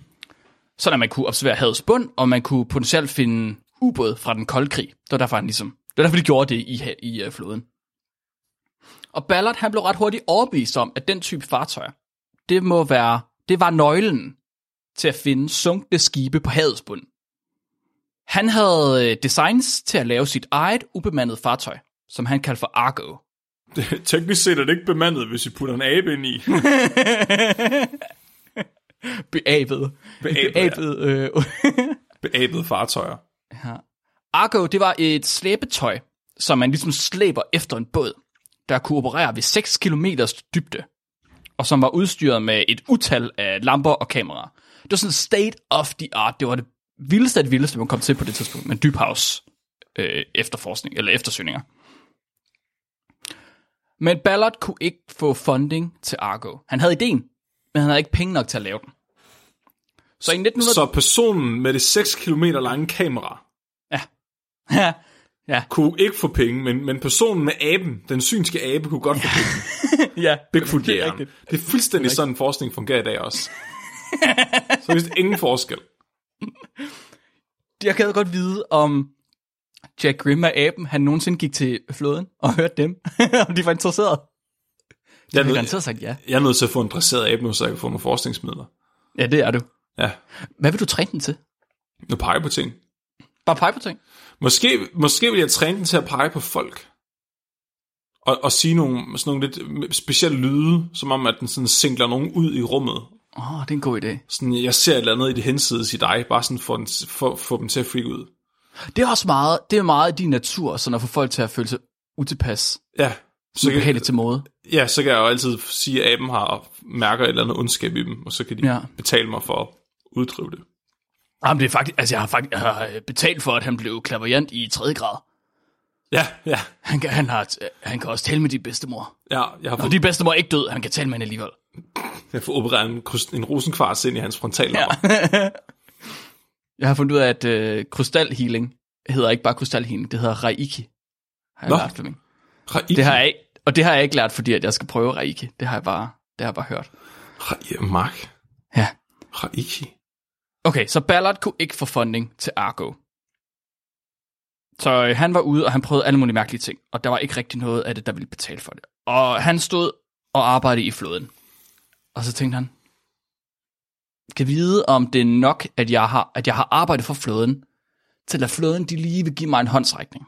Speaker 1: Sådan at man kunne observere havets bund, og man kunne potentielt finde ubåd fra den kolde krig. Det var derfor, han ligesom, det var derfor de gjorde det i, ha- i øh, floden. Og Ballard, han blev ret hurtigt overbevist om, at den type fartøjer, det må være, det var nøglen til at finde sunkne skibe på havets bund. Han havde øh, designs til at lave sit eget ubemandet fartøj, som han kaldte for Argo.
Speaker 2: det- teknisk set er det ikke bemandet, hvis I putter en abe ind i.
Speaker 1: Beabet.
Speaker 2: Beabet,
Speaker 1: Beabet øh,
Speaker 2: Beabede fartøjer.
Speaker 1: Argo, det var et slæbetøj, som man ligesom slæber efter en båd, der kunne operere ved 6 km dybde, og som var udstyret med et utal af lamper og kameraer. Det var sådan state of the art. Det var det vildeste af det vildeste, man kom til på det tidspunkt, med dybhavs øh, efterforskning, eller eftersøgninger. Men Ballard kunne ikke få funding til Argo. Han havde ideen, men han havde ikke penge nok til at lave den. Så i 1900...
Speaker 2: Så personen med det 6 km lange kamera
Speaker 1: Ja, ja,
Speaker 2: kunne ikke få penge, men, men personen med aben, den synske abe, kunne godt få penge.
Speaker 1: ja.
Speaker 2: Bigfoot
Speaker 1: Det er
Speaker 2: jægeren.
Speaker 1: rigtigt.
Speaker 2: Det er fuldstændig sådan, forskning fungerer i dag også. Så hvis ingen forskel.
Speaker 1: jeg gad godt vide, om Jack Grimm og aben, han nogensinde gik til floden og hørte dem, om de var interesserede. Han
Speaker 2: Jeg
Speaker 1: har
Speaker 2: er, nødt,
Speaker 1: garanteret sagt ja.
Speaker 2: jeg er nødt til at få en dresseret abe nu, så jeg kan få nogle forskningsmidler.
Speaker 1: Ja, det er du.
Speaker 2: Ja,
Speaker 1: Hvad vil du træne den til?
Speaker 2: nu peger jeg på ting.
Speaker 1: Bare pege på ting.
Speaker 2: Måske, måske vil jeg træne den til at pege på folk. Og, og sige nogle, sådan nogle lidt specielle lyde, som om at den sådan singler nogen ud i rummet.
Speaker 1: Åh, oh, det er en god idé.
Speaker 2: Sådan, jeg ser et eller andet i det hensides i dig, bare sådan for, den, for, for dem til at freak ud.
Speaker 1: Det er også meget, det er meget i din natur, sådan at få folk til at føle sig utilpas,
Speaker 2: Ja, så kan,
Speaker 1: ubehageligt til mode.
Speaker 2: ja, så kan jeg jo altid sige, at aben har mærker et eller andet ondskab i dem, og så kan de
Speaker 1: Ja.
Speaker 2: ja. betale mig for at uddrive det.
Speaker 1: Jamen, det er faktisk, altså jeg har faktisk jeg har øh, betalt for, at han blev klaverjant i 3. grad.
Speaker 2: Ja, ja,
Speaker 1: Han kan, han, har, han kan også tale med din bedstemor.
Speaker 2: ja. Jeg har,
Speaker 1: Og
Speaker 2: fået,
Speaker 1: din bedstemor er ikke død, han kan tale med hende alligevel.
Speaker 2: jeg har fået opereret en, krys- en rosenkvarts ind i hans frontallapper. Ja.
Speaker 1: Jeg har fundet ud af, at øh, krystalhealing hedder ikke bare krystalhealing, det hedder reiki. Har jeg
Speaker 2: Nå.
Speaker 1: lært, Flemming.
Speaker 2: Reiki.
Speaker 1: Det har jeg ikke, og det har jeg ikke lært, fordi at jeg skal prøve reiki. Det har jeg bare, det har jeg bare hørt.
Speaker 2: Re- Mark.
Speaker 1: Ja.
Speaker 2: Reiki.
Speaker 1: Okay, så Ballard kunne ikke få funding til Argo. Så øh, han var ude, og han prøvede alle mulige mærkelige ting, og der var ikke rigtig noget af det, der ville betale for det. Og han stod og arbejdede i floden. Og så tænkte han, kan vide, om det er nok, at jeg har, at jeg har arbejdet for floden, til at floden de lige vil give mig en håndsrækning.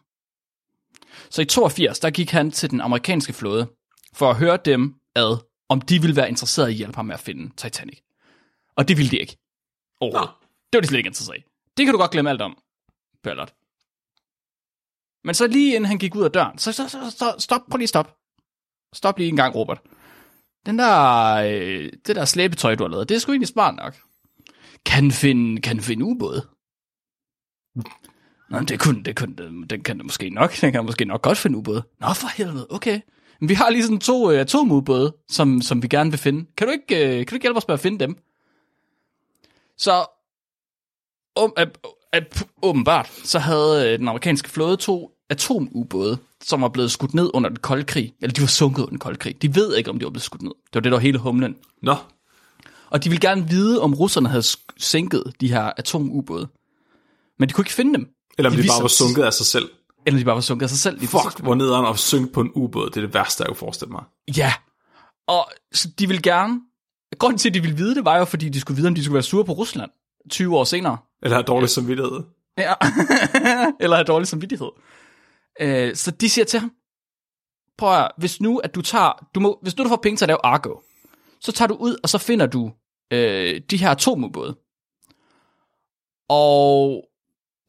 Speaker 1: Så i 82, der gik han til den amerikanske flåde, for at høre dem ad, om de ville være interesserede i at hjælpe ham med at finde Titanic. Og det ville de ikke. Overhovedet. Det var de slet ikke interesseret i. Det kan du godt glemme alt om, Ballard. Men så lige inden han gik ud af døren, så, så, så, så stop, prøv lige stop. Stop lige en gang, Robert. Den der, øh, det der slæbetøj, du har lavet, det er sgu egentlig smart nok. Kan den finde, kan den finde ubåde? Nå, men det kunne, den- det kunne, den- den kan den måske nok. Den kan måske nok godt finde ubåde. Nå, for helvede, okay. Men vi har lige sådan to øh, atomubåde, som, som vi gerne vil finde. Kan du, ikke, øh, kan du ikke hjælpe os med at finde dem? Så om, at, at åbenbart, så havde øh, den amerikanske flåde to atomubåde, som var blevet skudt ned under den kolde krig. Eller de var sunket under den kolde krig. De ved ikke, om de var blevet skudt ned. Det var det, der var hele humlen.
Speaker 2: Nå,
Speaker 1: Og de ville gerne vide, om russerne havde sk- sænket de her atomubåde. Men de kunne ikke finde dem.
Speaker 2: eller om de,
Speaker 1: viste
Speaker 2: bare var
Speaker 1: sig-
Speaker 2: sunket af sig selv.
Speaker 1: Eller de bare var sunket af sig selv. lige
Speaker 2: Fuck, hvor nederen at synke på en ubåd. Det er det værste, jeg kunne forestille mig.
Speaker 1: Ja, og så de ville gerne... Grunden til, at de ville vide det, var jo, fordi de skulle vide, om de skulle være sure på Rusland 20 år senere.
Speaker 2: Eller have dårlig samvittighed.
Speaker 1: Ja. Eller have dårlig samvittighed. Øh, så de siger til ham, prøv at høre, hvis nu, at du tager, du må, hvis nu du får penge til at lave Argo, så tager du ud, og så finder du øh, de her atomubåde. Og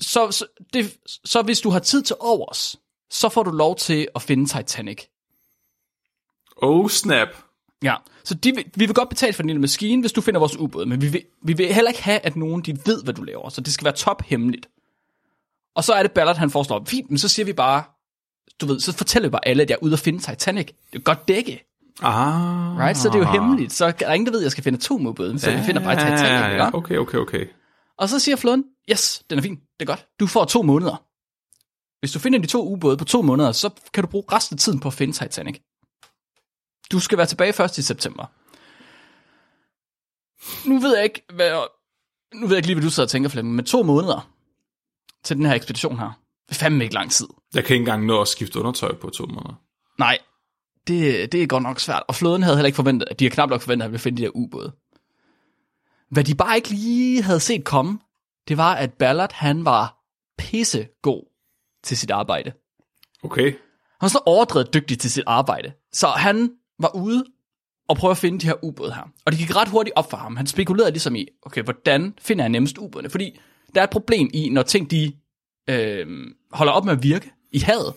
Speaker 1: så, så, det, så hvis du har tid til overs, så får du lov til at finde Titanic.
Speaker 2: Oh snap.
Speaker 1: Ja, så de, vil- vi vil godt betale for din lille maskine, hvis du finder vores ubåd, men vi vil, vi vil heller ikke have, at nogen de ved, hvad du laver, så det skal være tophemmeligt. Og så er det Ballard, han foreslår, fint, men så siger vi bare, du ved, så fortæller vi bare alle, at jeg er ude og finde Titanic. Det er godt dække,
Speaker 2: Ah.
Speaker 1: right? Så det er jo hemmeligt, så er der ingen, der ved, at jeg skal finde atomubåden, så vi finder bare Titanic,
Speaker 2: ja,
Speaker 1: ikke?
Speaker 2: ja. Okay, okay, okay.
Speaker 1: Og så siger flåden, yes, den er fin, det er godt. Du får to måneder. Hvis du finder de to ubåde på to måneder, så kan du bruge resten af tiden på at finde Titanic. Du skal være tilbage 1. i september. Nu ved jeg ikke, hvad, nu ved jeg ikke lige, hvad du sidder og tænker, Flemming, men to måneder til den her ekspedition her. Det er fandme ikke lang tid.
Speaker 2: Jeg kan ikke engang nå at skifte undertøj på to måneder.
Speaker 1: Nej, det, det er godt nok svært. Og flåden havde heller ikke forventet, at de har knap nok forventet, at han ville finde de der ubåde. Hvad de bare ikke lige havde set komme, det var, at Ballard, han var pissegod til sit arbejde.
Speaker 2: Okay.
Speaker 1: Han var så overdrevet dygtig til sit arbejde. Så han var ude og prøvede at finde de her ubåde her. Og det gik ret hurtigt op for ham. Han spekulerede ligesom i, okay, hvordan finder jeg nemmest ubådene? Fordi der er et problem i, når ting de øh, holder op med at virke i havet,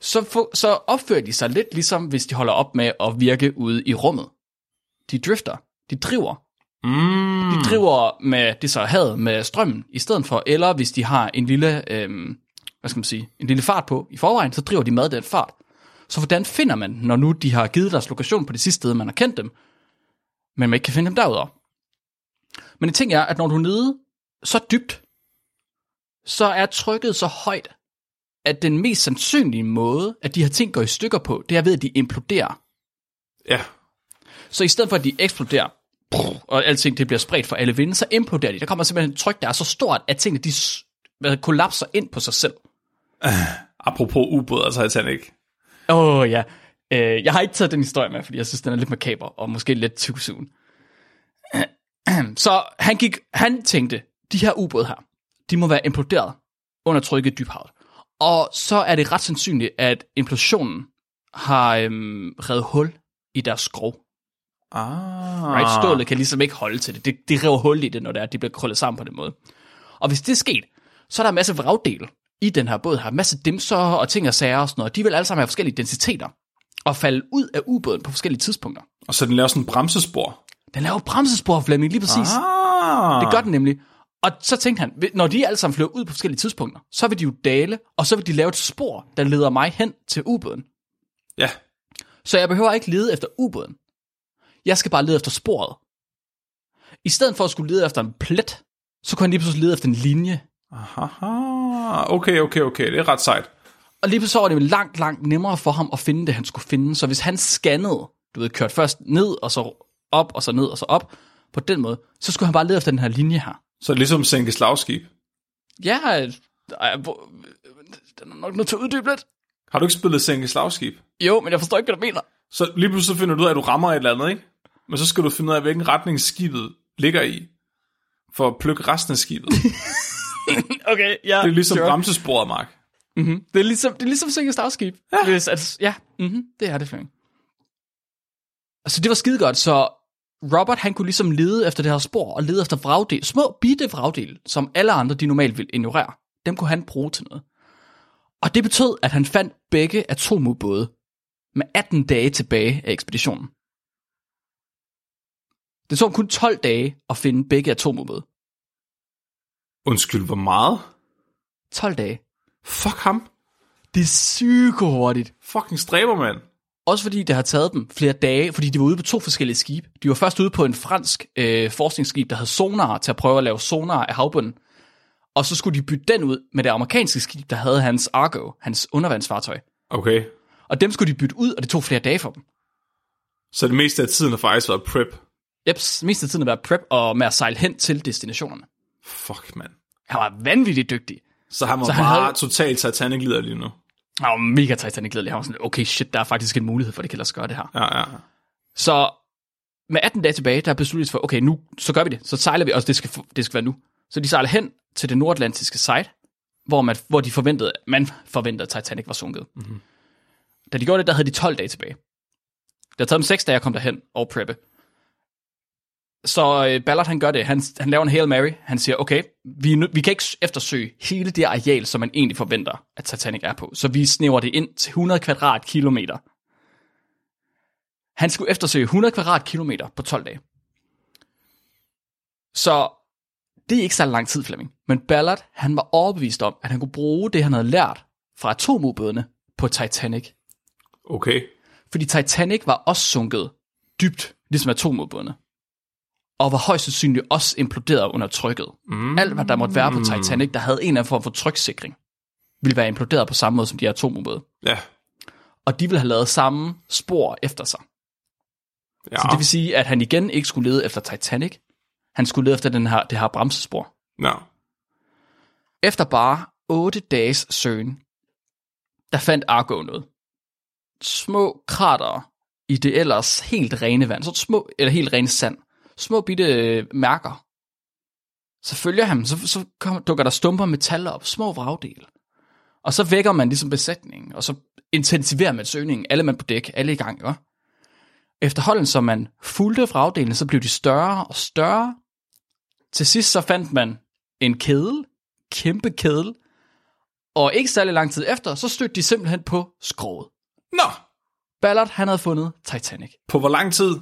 Speaker 1: så, få, så opfører de sig lidt ligesom, hvis de holder op med at virke ude i rummet. De drifter. De driver.
Speaker 2: Mm.
Speaker 1: De driver med det så havde med strømmen i stedet for, eller hvis de har en lille, øhm, hvad skal man sige, en lille fart på i forvejen, så driver de med den fart. Så hvordan finder man, når nu de har givet deres lokation på det sidste sted, man har kendt dem, men man ikke kan finde dem derudover? Men det ting er, at når du er nede så dybt, så er trykket så højt, at den mest sandsynlige måde, at de her ting går i stykker på, det er ved, at de imploderer.
Speaker 2: Ja.
Speaker 1: Så i stedet for, at de eksploderer, brrr, og alting det bliver spredt for alle vinde, så imploderer de. Der kommer simpelthen et tryk, der er så stort, at tingene de s- hvad, kollapser ind på sig selv.
Speaker 2: Apropos ubåd og Titanic.
Speaker 1: Åh oh, ja, øh, jeg har ikke taget den historie med, fordi jeg synes, den er lidt makaber, og måske lidt too soon. Så han, gik, han tænkte, de her ubåde her, de må være imploderet under trykket i dybhavet. Og så er det ret sandsynligt, at implosionen har øhm, revet hul i deres skrog.
Speaker 2: Ah.
Speaker 1: Right? Stålet kan ligesom ikke holde til det. det. Det river hul i det, når det er, de bliver krøllet sammen på den måde. Og hvis det er sket, så er der en masse vragdel i den her båd her. En masse dimser og ting og sager og sådan noget. De vil alle sammen have forskellige densiteter og falde ud af ubåden på forskellige tidspunkter.
Speaker 2: Og så den laver sådan en bremsespor.
Speaker 1: Den laver bremsespor, Flemming, lige præcis.
Speaker 2: Ah.
Speaker 1: Det gør den nemlig. Og så tænkte han, "Ved- når de alle sammen flyver ud på forskellige tidspunkter, så vil de jo dale, og så vil de lave et spor, der leder mig hen til ubåden.
Speaker 2: Ja.
Speaker 1: Så jeg behøver ikke lede efter ubåden. Jeg skal bare lede efter sporet. I stedet for at skulle lede efter en plet, så kunne han lige pludselig lede efter en linje.
Speaker 2: Aha. Okay, okay, okay. Det er ret sejt.
Speaker 1: Og lige pludselig var det langt, langt nemmere for ham at finde det, han skulle finde. Så hvis han scannede, du ved, kørt først ned, og så op, og så ned, og så op, på den måde, så skulle han bare lede efter den her linje her.
Speaker 2: Så det er ligesom sænke slagskib.
Speaker 1: Ja, øh, ej, hvor- øh, den er nok nødt til at uddybe lidt.
Speaker 2: Har du ikke spillet sænke slagskib?
Speaker 1: Jo, men jeg forstår ikke, hvad du mener.
Speaker 2: Så lige pludselig så finder du ud af, at du rammer et eller andet, ikke? Men så skal du finde ud af, hvilken retning skibet ligger i. For at plukke resten af skibet. Det
Speaker 1: Okay, ja.
Speaker 2: er ligesom bremsesporet, Mark.
Speaker 1: Mm-hmm. Det er ligesom, det er ligesom Single Starskib. Ja, Hvis, altså, ja mm-hmm, det er det, Flemming. Altså, det var skide godt, så Robert, han kunne ligesom lede efter det her spor, og lede efter vragdel, små bitte vragdel, som alle andre, de normalt ville ignorere. Dem kunne han bruge til noget. Og det betød, at han fandt begge atomubåde med 18 dage tilbage af ekspeditionen. Det tog ham kun 12 dage at finde begge atomubåde.
Speaker 2: Undskyld, hvor meget?
Speaker 1: 12 dage.
Speaker 2: Fuck ham.
Speaker 1: Det er sygt hurtigt.
Speaker 2: Fucking stræber, mand.
Speaker 1: Også fordi det har taget dem flere dage, fordi de var ude på to forskellige skibe. De var først ude på en fransk øh, forskningsskib, der havde sonar til at prøve at lave sonar af havbunden. og så skulle de bytte den ud med det amerikanske skib, der havde hans Argo, hans undervandsfartøj.
Speaker 2: Okay.
Speaker 1: Og dem skulle de bytte ud, og det tog flere dage for dem.
Speaker 2: Så det meste af tiden har faktisk været prep.
Speaker 1: Jeps, mest af tiden at være prep og med at sejle hen til destinationerne.
Speaker 2: Fuck, mand.
Speaker 1: Han var vanvittigt dygtig.
Speaker 2: Så han var
Speaker 1: Så han
Speaker 2: bare
Speaker 1: havde-
Speaker 2: totalt sataniglider lige nu.
Speaker 1: Han var mega titanic glædelig. Han var sådan, okay shit, der er faktisk en mulighed for, at det kan lade sig gøre det her.
Speaker 2: Ja, ja.
Speaker 1: Så med 18 dage tilbage, der besluttes for, okay, nu så gør vi det. Så sejler vi, og det skal, det skal være nu. Så de sejler hen til det nordatlantiske site, hvor, man, hvor de forventede, man forventede, at Titanic var sunket. Mm-hmm. Da de gjorde det, der havde de 12 dage tilbage. Det har taget dem 6 dage at komme derhen og preppe. Så øh, Ballard, han gør det. Han, han laver en Hail Mary. Han siger, okay, vi, er nød, vi kan ikke eftersøge hele det areal, som man egentlig forventer, at Titanic er på. Så vi snæver det ind til 100 kvadratkilometer. Han skulle eftersøge 100 kvadratkilometer på 12 dage. Så det er ikke så lang tid, Flemming. Men Ballard, han var overbevist om, at han kunne bruge det, han havde lært fra atomubådene på Titanic.
Speaker 2: Okay.
Speaker 1: Fordi Titanic var også sunket dybt, ligesom atomubådene. Og var højst sandsynligt også imploderet under trykket. Mm. Alt, hvad der måtte være på Titanic, der havde en eller anden form for tryksikring, ville være imploderet på samme måde som de her atomubåde.
Speaker 2: Ja.
Speaker 1: Og de ville have lavet samme spor efter sig.
Speaker 2: ja.
Speaker 1: Så det vil sige, at han igen ikke skulle lede efter Titanic. Han skulle lede efter den her, det her bremsespor.
Speaker 2: Nå.
Speaker 1: Efter bare 8 dages søgen, der fandt Argo noget. Små kratere i det ellers helt rene vand, så små, eller helt rene sand. Små bitte øh, mærker. Så følger han, så, så kommer, dukker der stumper af metal op, små vragdele. Og så vækker man ligesom besætningen, og så intensiverer man søgningen. Alle man på dæk, alle i gang, ikke? Efterhånden, som man fulgte vragdelene, så blev de større og større. Til sidst så fandt man en kedel, kæmpe kedel, og ikke særlig lang tid efter, så stødte de simpelthen på skroget.
Speaker 2: Nå.
Speaker 1: Ballard, han havde fundet Titanic.
Speaker 2: På hvor lang tid?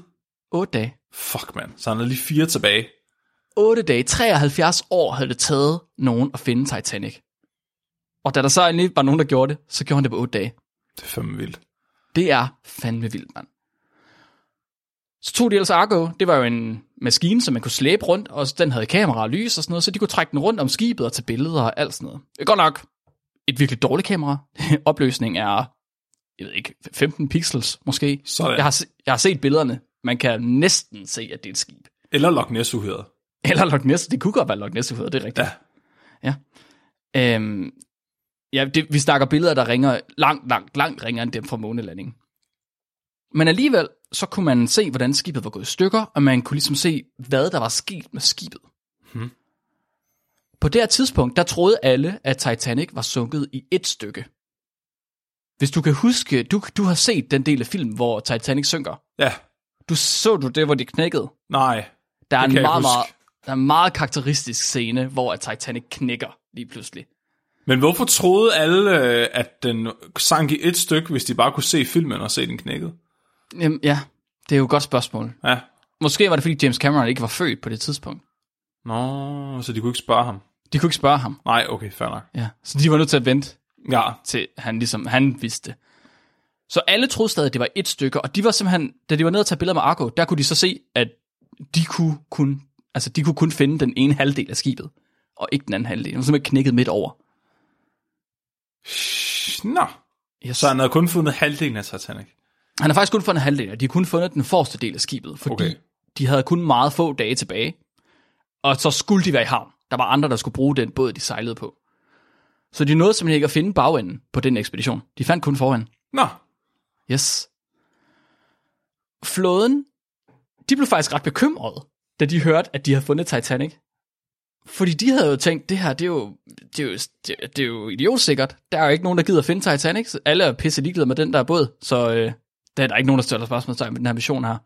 Speaker 1: 8 dage.
Speaker 2: Fuck, mand. Så han er lige fire tilbage.
Speaker 1: 8 dage, 73 år havde det taget nogen at finde Titanic. Og da der så endelig var nogen, der gjorde det, så gjorde han det på 8 dage.
Speaker 2: Det er fandme vildt.
Speaker 1: Det er fandme vildt, mand. Så tog de ellers Argo. Det var jo en maskine, som man kunne slæbe rundt, og den havde kamera og lys og sådan noget, så de kunne trække den rundt om skibet og tage billeder og alt sådan noget. Det er Godt nok et virkelig dårligt kamera. Opløsning er, jeg ved ikke, 15 pixels måske.
Speaker 2: Sådan.
Speaker 1: Jeg har, se- jeg har set billederne. Man kan næsten se, at det er et skib.
Speaker 2: Eller Loch ness uhyret.
Speaker 1: Eller Loch Ness. Det kunne godt være Loch Ness, det er rigtigt.
Speaker 2: Ja.
Speaker 1: Ja. Øhm, ja, det, vi snakker billeder, der ringer langt, langt, langt ringere end dem fra månelandingen. Men alligevel, så kunne man se, hvordan skibet var gået i stykker, og man kunne ligesom se, hvad der var sket med skibet. Hmm. På det her tidspunkt, der troede alle, at Titanic var sunket i et stykke. Hvis du kan huske, du, du har set den del af filmen, hvor Titanic synker.
Speaker 2: Ja.
Speaker 1: Du så du det, hvor de knækkede.
Speaker 2: Nej.
Speaker 1: Der er
Speaker 2: Det
Speaker 1: en
Speaker 2: kan jeg
Speaker 1: meget,
Speaker 2: huske.
Speaker 1: meget, der er en meget karakteristisk scene, hvor at Titanic knækker lige pludselig.
Speaker 2: Men hvorfor troede alle, øh, at den sank i et stykke, hvis de bare kunne se filmen og se den knækket?
Speaker 1: Jamen, ja, det er jo et godt spørgsmål.
Speaker 2: Ja.
Speaker 1: Måske var det, fordi James Cameron ikke var født på det tidspunkt.
Speaker 2: Nå, så de kunne ikke spørge ham.
Speaker 1: De kunne ikke spørge ham.
Speaker 2: Nej, okay, fair nok.
Speaker 1: Ja. Så de var nødt til at vente,
Speaker 2: Ja,
Speaker 1: til han, ligesom, han vidste det. Så alle troede stadig, at det var et stykke, og de var simpelthen, da de var nede og tage billeder med Argo, der kunne de så se, at de kunne kun, altså de kunne kun finde den ene halvdel af skibet, og ikke den anden halvdel. Den var simpelthen knækket midt over.
Speaker 2: nå.
Speaker 1: Yes.
Speaker 2: Så han havde kun fundet halvdelen af Titanic.
Speaker 1: Han har faktisk kun fundet halvdelen, og de har kun fundet den forreste del af skibet, fordi
Speaker 2: Okay.
Speaker 1: okay. de havde kun meget få dage tilbage. Og så skulle de være i havn. Der var andre, der skulle bruge den båd, de sejlede på. Så de nåede simpelthen ikke at finde bagenden på den ekspedition. De fandt kun foran.
Speaker 2: Nå,
Speaker 1: Yes. Flåden, de blev faktisk ret bekymrede, da de hørte, at de havde fundet Titanic. Fordi de havde jo tænkt, det her, det er jo, det er jo, det er- det er jo idiotsikkert. Der er jo ikke nogen, der gider at finde Titanic. Så alle er pisse ligeglade med den der båd, så øh, der er der ikke nogen, der stiller spørgsmålstegn med den her mission her.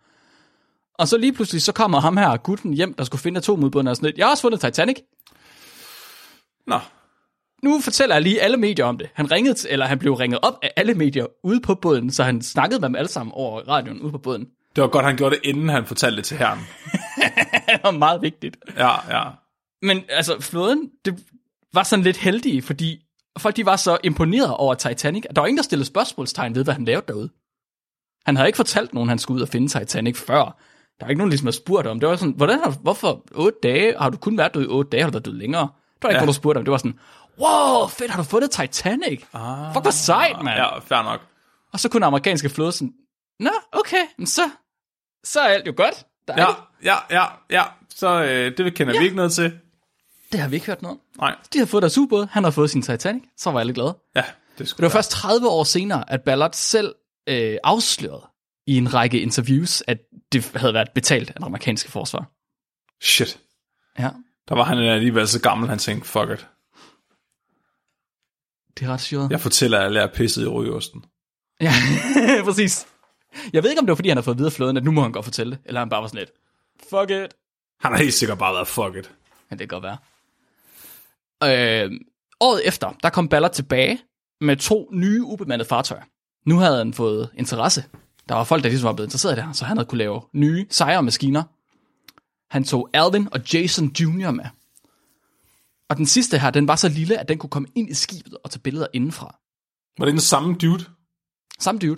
Speaker 1: Og så lige pludselig, så kommer ham her, gutten hjem, der skulle finde atomudbåden og sådan lidt. Jeg har også fundet Titanic.
Speaker 2: nå.
Speaker 1: Nu fortæller jeg lige alle medier om det. Han ringede, til- eller han blev ringet op af alle medier ude på båden, så han snakkede med dem alle sammen over radioen ude på båden.
Speaker 2: Det var godt, han gjorde det, inden han fortalte det til herren.
Speaker 1: Det var meget vigtigt.
Speaker 2: Ja, ja.
Speaker 1: Men altså, flåden, det var sådan lidt heldige, fordi folk de var så imponeret over Titanic, at der var ingen, der stillede spørgsmålstegn ved, hvad han lavede derude. Han havde ikke fortalt nogen, han skulle ud og finde Titanic før. Der er ikke nogen, der ligesom har spurgt om. Det var sådan, hvordan har, hvorfor otte dage? Har du kun været død i otte dage? Har du været død længere? Det var ikke,
Speaker 2: Ja.
Speaker 1: ja. hvor du spurgte om. Det var sådan, wow, fedt, har du fundet Titanic?
Speaker 2: Ah.
Speaker 1: Fuck, hvor sejt, mand.
Speaker 2: Ja, fair nok.
Speaker 1: Og så kunne amerikanske flåde sådan, nå, okay, men så, så er alt jo godt. Der er
Speaker 2: Ja,
Speaker 1: ikke,
Speaker 2: ja, ja, ja. Så øh, det kender ja. vi ikke noget til.
Speaker 1: det har vi ikke hørt noget om.
Speaker 2: Nej,
Speaker 1: De har fået deres ubåd, han har fået sin Titanic, så var alle glade.
Speaker 2: ja, det
Speaker 1: Det var
Speaker 2: skulle
Speaker 1: først 30 år senere, at Ballard selv øh, afslørede i en række interviews, at det havde været betalt af det amerikanske forsvar.
Speaker 2: Shit.
Speaker 1: Ja,
Speaker 2: Der var han alligevel så gammel, han tænkte, fuck it.
Speaker 1: det er ret syret.
Speaker 2: Jeg fortæller alle, jeg er pisset i rygeosten.
Speaker 1: Ja, præcis. Jeg ved ikke, om det var, fordi han har fået videre flåden, at nu må han godt fortælle det, eller han bare var sådan lidt, fuck it.
Speaker 2: Han har helt sikkert bare været fuck it.
Speaker 1: Men det kan godt være. Øh, året efter, der kom Ballard tilbage med to nye ubemandede fartøjer. Nu havde han fået interesse. Der var folk, der ligesom var blevet interesseret i det her, så han havde kunne lave nye, sejre maskiner. Han tog Alvin og Jason Jr. med. Og den sidste her, den var så lille, at den kunne komme ind i skibet og tage billeder indenfra.
Speaker 2: Var det den samme dude?
Speaker 1: Samme dude.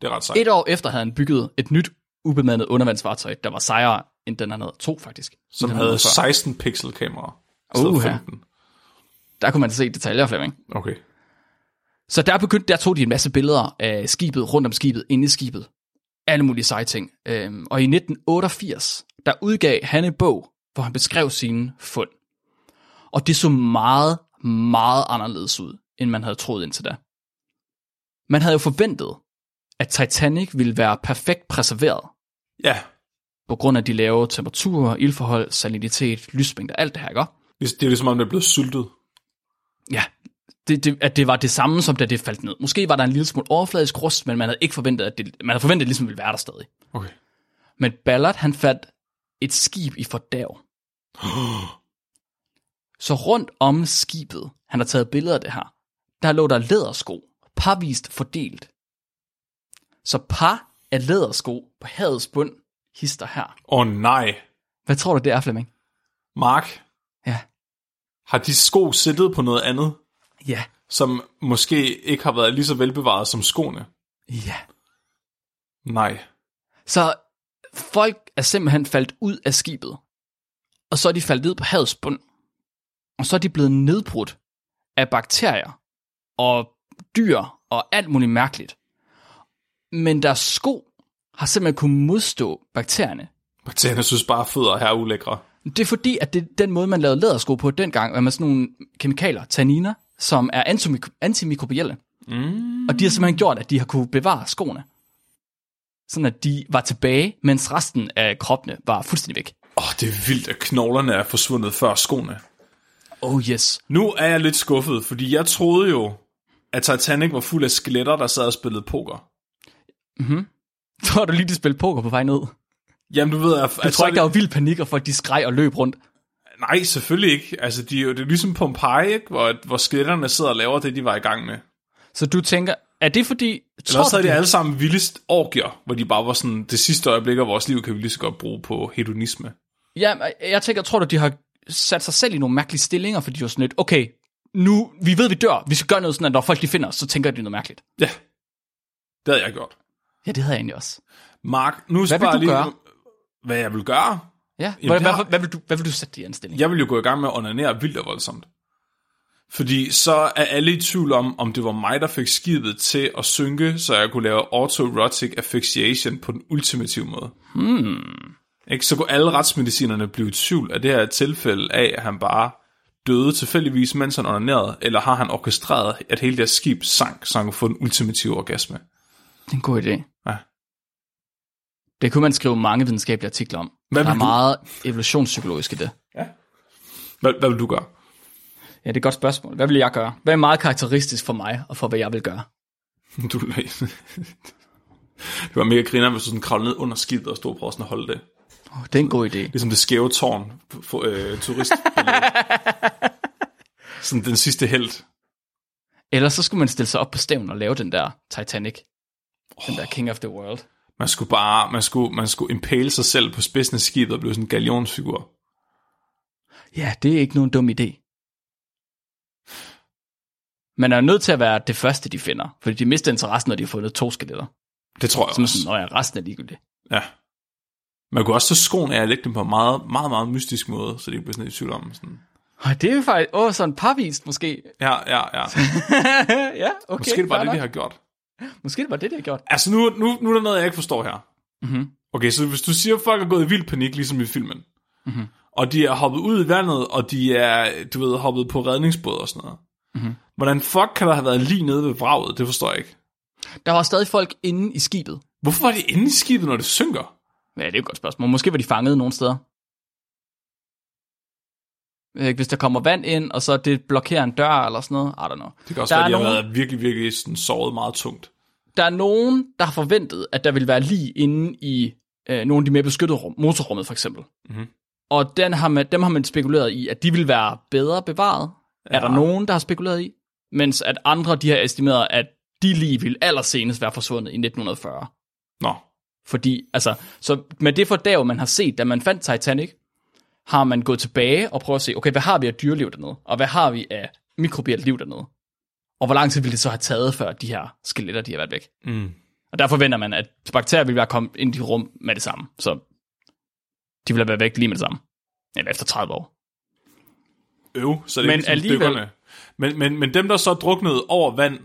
Speaker 2: Det er ret sejt.
Speaker 1: Et år efter havde han bygget et nyt ubemandet undervandsfartøj, der var sejere end den, han havde to faktisk.
Speaker 2: Som
Speaker 1: Den
Speaker 2: havde
Speaker 1: før.
Speaker 2: 16 pixel kamera.
Speaker 1: Uha. Der kunne man se detaljer, Flemming.
Speaker 2: Okay.
Speaker 1: Så der begyndte, der tog de en masse billeder af skibet, rundt om skibet, inde i skibet. Alle mulige seje ting. Øhm, og i 1988, der udgav han en bog, hvor han beskrev sine fund. Og det så meget, meget anderledes ud, end man havde troet indtil da. Man havde jo forventet, at Titanic ville være perfekt preserveret,
Speaker 2: Ja,
Speaker 1: på grund af de lave temperaturer, ildforhold, salinitet, lysmængder, alt det her, ikke?
Speaker 2: det det er jo ligesom, om det er blevet syltet.
Speaker 1: Ja, det, det, at det var det samme, som da det faldt ned. Måske var der en lille smule overfladisk rust, men man havde ikke forventet, at det, man havde forventet, at det ligesom ville være der stadig.
Speaker 2: Okay.
Speaker 1: Men Ballard, han fandt et skib i fordav. Så rundt om skibet, han har taget billeder af det her, der lå der lædersko, parvist fordelt. Så par af lædersko på havets bund hister her.
Speaker 2: Åh oh, nej.
Speaker 1: Hvad tror du, det er, Flemming?
Speaker 2: Mark,
Speaker 1: Ja.
Speaker 2: har de sko sættet på noget andet,
Speaker 1: Ja.
Speaker 2: som måske ikke har været lige så velbevaret som skoene?
Speaker 1: Ja.
Speaker 2: Nej.
Speaker 1: Så folk er simpelthen faldt ud af skibet, og så er de faldet ned på havets bund, og så er de blevet nedbrudt af bakterier og dyr og alt muligt mærkeligt. Men deres sko har simpelthen kunnet modstå bakterierne.
Speaker 2: Bakterierne synes bare, fødder her er ulækre.
Speaker 1: Det er fordi, at det, den måde, man lavede lædersko på dengang, var med sådan nogle kemikalier, tanniner, som er antimik- antimikrobielle. Mm. Og de har simpelthen gjort, at de har kunne bevare skoene. Sådan at de var tilbage, mens resten af kroppene var fuldstændig væk.
Speaker 2: Åh, oh, det er vildt, at knoglerne er forsvundet før skoene.
Speaker 1: Oh yes.
Speaker 2: Nu er jeg lidt skuffet, fordi jeg troede jo, at Titanic var fuld af skeletter, der sad og spillede poker.
Speaker 1: Tror du lige, de spillede poker på vej ned?
Speaker 2: Jamen, du ved, at...
Speaker 1: Jeg tror ikke, der var vild panik, og folk de skreg og løb rundt.
Speaker 2: Nej, selvfølgelig ikke. Altså, de, er jo- det er ligesom Pompeji, ikke? Hvor, hvor skeletterne sidder og laver det, de var i gang med.
Speaker 1: Så du tænker, er det fordi...
Speaker 2: Ellers
Speaker 1: du,
Speaker 2: havde de alle sammen vildest orgier, hvor de bare var sådan, det sidste øjeblik af vores liv kan vi lige så godt bruge på hedonisme.
Speaker 1: Ja, jeg tænker, tror du, de har sat sig selv i nogle mærkelige stillinger, fordi de var sådan lidt, okay, nu, vi ved, vi dør, vi skal gøre noget sådan, at når folk de finder os, så tænker de noget mærkeligt.
Speaker 2: Ja, det havde jeg gjort.
Speaker 1: Ja, det havde jeg egentlig også.
Speaker 2: Mark, nu spørger
Speaker 1: du
Speaker 2: jeg lige,
Speaker 1: gøre?
Speaker 2: hvad jeg vil gøre?
Speaker 1: Ja,
Speaker 2: Jamen,
Speaker 1: hvad,
Speaker 2: det har-
Speaker 1: hvad, hvad, vil du, hvad vil du sætte i anstilling? Ja.
Speaker 2: Jeg vil jo gå i gang med at onanere vildt og voldsomt. Fordi så er alle i tvivl om, om det var mig, der fik skibet til at synke, så jeg kunne lave autoerotic asphyxiation på den ultimative måde. Hmm. Ikke? Så kunne alle retsmedicinerne blive i tvivl af det her er et tilfælde af, at han bare døde tilfældigvis, mens han onanerede, eller har han orkestreret, at hele deres skib sank, så han kunne få den ultimative orgasme.
Speaker 1: Det er en god idé.
Speaker 2: Ja.
Speaker 1: Det kunne man skrive mange videnskabelige artikler om.
Speaker 2: Hvad
Speaker 1: der er
Speaker 2: vil du-
Speaker 1: meget evolutionspsykologisk i det.
Speaker 2: Hvad, hvad vil du gøre?
Speaker 1: Ja, det er et godt spørgsmål. Hvad vil jeg gøre? Hvad er meget karakteristisk for mig, og for hvad jeg vil gøre?
Speaker 2: Du det var mega griner, hvis du sådan kravlede ned under skibet og stod og prøvede sådan at holde det.
Speaker 1: Oh, det er en god idé.
Speaker 2: Ligesom det skæve tårn for øh, turist. sådan den sidste held.
Speaker 1: Ellers så skulle man stille sig op på stævnen og lave den der Titanic. Den der King of the World.
Speaker 2: Man skulle bare, man skulle, man skulle impale sig selv på spidsen af skibet og blive sådan en galionsfigur.
Speaker 1: Ja, det er ikke nogen dum idé. Man er jo nødt til at være det første, de finder. Fordi de mister interessen, når de har fundet to skeletter.
Speaker 2: Det tror jeg
Speaker 1: Som er
Speaker 2: også.
Speaker 1: sådan, når jeg resten er ligegyldigt.
Speaker 2: Ja. Man kunne også tage skoen af og lægge dem på en meget, meget, meget mystisk måde, så det ikke bliver sådan i tvivl om. Sådan.
Speaker 1: Og det er faktisk, åh, sådan parvist måske.
Speaker 2: Ja, ja, ja.
Speaker 1: ja, okay.
Speaker 2: Måske er det
Speaker 1: fair
Speaker 2: bare det, de
Speaker 1: nok.
Speaker 2: har gjort.
Speaker 1: Måske det var det, de har gjort.
Speaker 2: Altså, nu, nu, nu er der noget, jeg ikke forstår her.
Speaker 1: Mhm.
Speaker 2: Okay, så hvis du siger, at folk er gået i vild panik, ligesom i filmen, mm-hmm. og de er hoppet ud i vandet, og de er, du ved, hoppet på redningsbåd og sådan noget. Mm-hmm. Hvordan fuck kan der have været lige nede ved vraget? Det forstår jeg ikke.
Speaker 1: Der var stadig folk inde i skibet.
Speaker 2: Hvorfor var det inde i skibet, når det synker?
Speaker 1: Ja, det er jo et godt spørgsmål. Måske var de fanget nogle steder. Jeg ved ikke, Hvis der kommer vand ind, og så det blokerer en dør eller sådan noget. I don't know.
Speaker 2: Det kan også
Speaker 1: Der
Speaker 2: være,
Speaker 1: er
Speaker 2: de har
Speaker 1: nogen-
Speaker 2: været virkelig, virkelig sådan såret meget tungt.
Speaker 1: Der er nogen, der har forventet, at der vil være lige inde i øh, nogle af de mere beskyttede rum. Motorrummet for eksempel.
Speaker 2: Mhm.
Speaker 1: Og den har man, dem har man spekuleret i, at de vil være bedre bevaret. Ja. Er der nogen, der har spekuleret i? Mens at andre, de har estimeret, at de lige vil allersenest være forsvundet i 1940.
Speaker 2: Nå,
Speaker 1: Fordi, altså, så med det fordav, man har set, da man fandt Titanic, har man gået tilbage og prøvet at se, okay, hvad har vi af dyreliv dernede? Og hvad har vi af mikrobielt liv dernede? Og hvor lang tid ville det så have taget, før de her skeletter, de har været væk?
Speaker 2: Mm.
Speaker 1: Og der forventer man, at bakterier vil være kommet ind i rum med det samme. Så de vil være væk lige med det samme. Eller efter 30 år.
Speaker 2: øv, så det er
Speaker 1: Men
Speaker 2: ikke ligesom
Speaker 1: alligevel-
Speaker 2: dykkerne. Men, men, men dem, der så druknede over vand,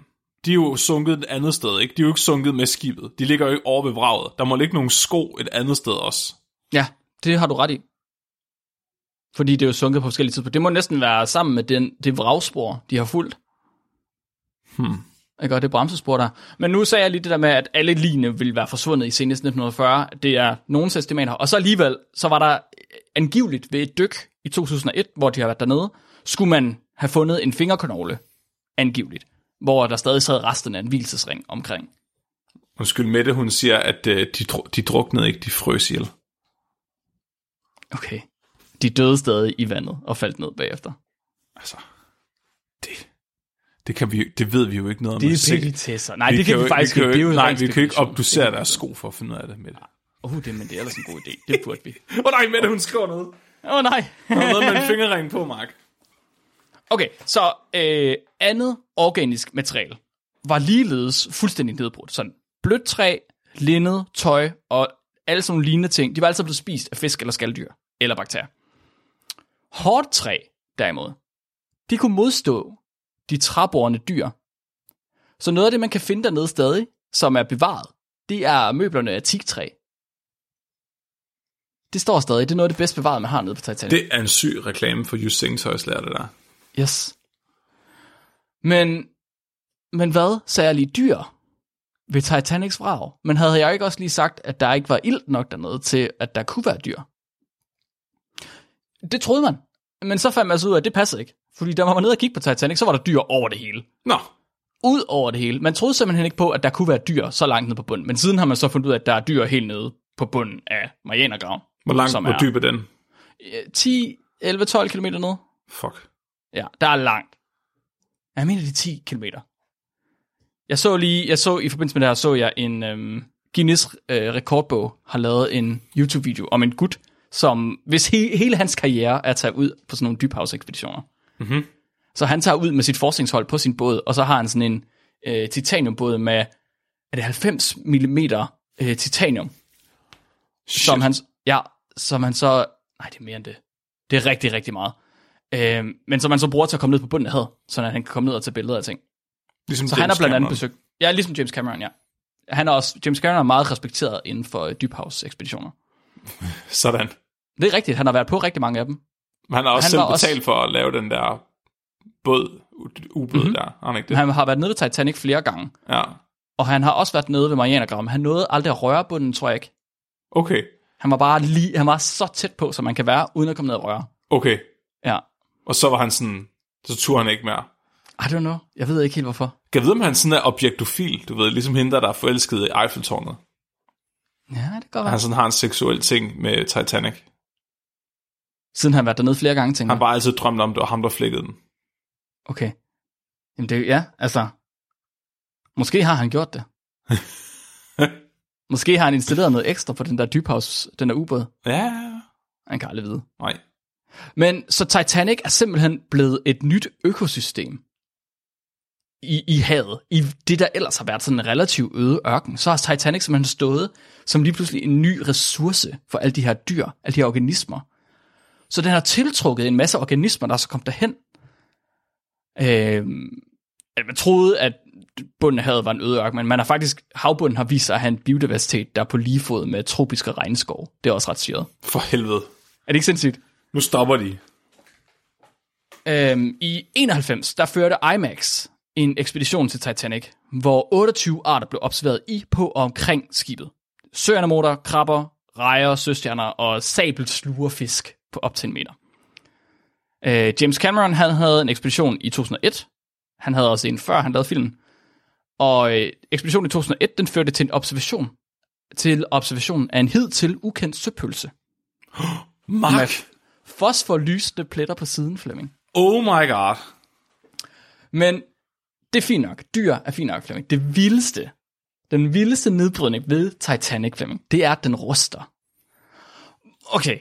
Speaker 2: de er jo sunket et andet sted, ikke? De er jo ikke sunket med skibet. De ligger jo ikke over ved vraget. Der må ligge nogle sko et andet sted også.
Speaker 1: Ja, det har du ret i. Fordi det er jo sunket på forskellige tidspunkter. Det må næsten være sammen med den, det vragspor, de har fulgt. Hmm. Ikke, og det bremsespor der. Men nu sagde jeg lige det der med, at alle line ville være forsvundet i senest 1940. Det er nogens estimater. Og så alligevel, så var der angiveligt ved et dyk i 2001, hvor de har været dernede, skulle man have fundet en fingerknogle, angiveligt, hvor der stadig sad resten af en hvilesesring omkring.
Speaker 2: Undskyld, Mette, hun siger, at øh, de, dru- de druknede ikke, de frøs ihjel.
Speaker 1: Okay. De døde stadig i vandet og faldt ned bagefter.
Speaker 2: Altså, det, det, kan vi, jo- det ved vi jo ikke noget om.
Speaker 1: Det
Speaker 2: at se.
Speaker 1: er billigt til sig. Nej, det kan
Speaker 2: jo-
Speaker 1: vi, faktisk
Speaker 2: kan jo
Speaker 1: ikke. Det er jo
Speaker 2: Nej,
Speaker 1: ren
Speaker 2: vi kan jo ikke
Speaker 1: spekulation.
Speaker 2: obducere deres sko for at finde ud af det, Mette.
Speaker 1: Åh, oh, det, men det er ellers en god idé. Det burde vi.
Speaker 2: Åh oh, nej, Mette, hun skriver noget.
Speaker 1: Åh oh, nej.
Speaker 2: Der er noget med en fingerring på, Mark.
Speaker 1: Okay, så øh, andet organisk materiale var ligeledes fuldstændig nedbrudt. Sådan blødt træ, linned, tøj og alle sådan nogle lignende ting, de var altså blevet spist af fisk eller skaldyr eller bakterier. Hårdt træ, derimod, de kunne modstå de træborende dyr. Så noget af det, man kan finde dernede stadig, som er bevaret, det er møblerne af teaktræ. Det står stadig. Det er noget af det bedst bevarede, man har nede på Titanic.
Speaker 2: Det er en syg reklame for Just Singtøjs lærer det der.
Speaker 1: Yes. Men, men hvad sagde jeg lige dyr ved Titanics vrag? Men havde jeg ikke også lige sagt, at der ikke var ild nok dernede til, at der kunne være dyr? Det troede man. Men så fandt man så ud af, at det passede ikke. Fordi da man var nede og kigge på Titanic, så var der dyr over det hele.
Speaker 2: Nå,
Speaker 1: Ud over det hele. Man troede simpelthen ikke på, at der kunne være dyr så langt nede på bunden. Men siden har man så fundet ud af, at der er dyr helt nede på bunden af Marianergraven.
Speaker 2: hvor langt,
Speaker 1: Som
Speaker 2: hvor
Speaker 1: er-
Speaker 2: dyb er den?
Speaker 1: Øh, 10, 11, 12 km nede.
Speaker 2: Fuck.
Speaker 1: Ja, der er langt. Jeg mener, det er 10 km. Jeg så lige, jeg så i forbindelse med det her, så jeg en øhm, Guinness øh, rekordbog har lavet en YouTube-video om en gut, som, hvis he, hele hans karriere er at tage ud på sådan nogle dybhavsekspeditioner. Mm-hmm. Så han tager ud med sit forskningshold på sin båd, og så har han sådan en øh, titaniumbåd med, er det 90 mm øh, titanium,
Speaker 2: Shit.
Speaker 1: som han, ja, som han så, nej, det er mere end det. Det er rigtig, rigtig meget. Øh, men som man så bruger til at komme ned på bunden af havet, så han kan komme ned og tage billeder af ting.
Speaker 2: ligesom
Speaker 1: Så han har
Speaker 2: James
Speaker 1: blandt andet
Speaker 2: Cameron.
Speaker 1: besøgt, ja, ligesom James Cameron, ja. Han er også, James Cameron er meget respekteret inden for øh, dybhavsekspeditioner.
Speaker 2: Sådan.
Speaker 1: Det er rigtigt, han har været på rigtig mange af dem.
Speaker 2: Men han har også
Speaker 1: Han
Speaker 2: selv
Speaker 1: var også-
Speaker 2: betalt for at lave den der båd, u- ubåd mm-hmm. der. Har han ikke det?
Speaker 1: Mhm. Han har været nede ved Titanic flere gange,
Speaker 2: Ja.
Speaker 1: og han har også været nede ved Marianergraven. Han nåede aldrig at røre bunden, tror jeg ikke.
Speaker 2: Okay.
Speaker 1: Han var bare lige, han var så tæt på, som man kan være, uden at komme ned og røre.
Speaker 2: Okay.
Speaker 1: Ja.
Speaker 2: Og så var han sådan, så turde han ikke mere.
Speaker 1: I don't know. Jeg ved ikke helt, hvorfor.
Speaker 2: Kan jeg vide, om han sådan er objektofil, du ved, ligesom hende, der der er forelsket i Eiffeltårnet.
Speaker 1: Ja, det kan godt være.
Speaker 2: Han sådan har en seksuel ting med Titanic.
Speaker 1: Siden han har været dernede flere gange, tænker
Speaker 2: Han
Speaker 1: jeg.
Speaker 2: bare altid drømte om, det var ham, der flækkede den.
Speaker 1: Okay. Jamen det, ja, altså. Måske har han gjort det. Måske har han installeret noget ekstra på den der dybhavs, den der ubåd.
Speaker 2: Ja,
Speaker 1: Han kan aldrig vide.
Speaker 2: nej.
Speaker 1: Men så Titanic er simpelthen blevet et nyt økosystem i, i havet. I det, der ellers har været sådan en relativ øde ørken, så har Titanic simpelthen stået som lige pludselig en ny ressource for alle de her dyr, alle de her organismer. Så den har tiltrukket en masse organismer, der er så kom derhen. Øh, man troede, at bunden af havet var en øde ørken, men man har faktisk, havbunden har vist sig at have en biodiversitet, der er på lige fod med tropiske regnskov. Det er også ret syret.
Speaker 2: For helvede.
Speaker 1: Er det ikke sindssygt?
Speaker 2: Nu stopper de.
Speaker 1: Øhm, I 91, der førte IMAX en ekspedition til Titanic, hvor 28 arter blev observeret i, på og omkring skibet. Søanemoter, krabber, rejer, søstjerner og sabelslugerfisk på op til en meter. Øh, James Cameron han havde en ekspedition i 2001. Han havde også en før, han lavede filmen. Og øh, ekspeditionen i 2001, den førte til en observation. Til observationen af en hidtil ukendt søpølse.
Speaker 2: Mark.
Speaker 1: Fosforlysende pletter på siden, Flemming.
Speaker 2: Oh my god.
Speaker 1: Men det er fint nok. Dyr er fint nok, Flemming. Det vildeste, den vildeste nedbrydning ved Titanic, Flemming, det er, at den ruster. Okay,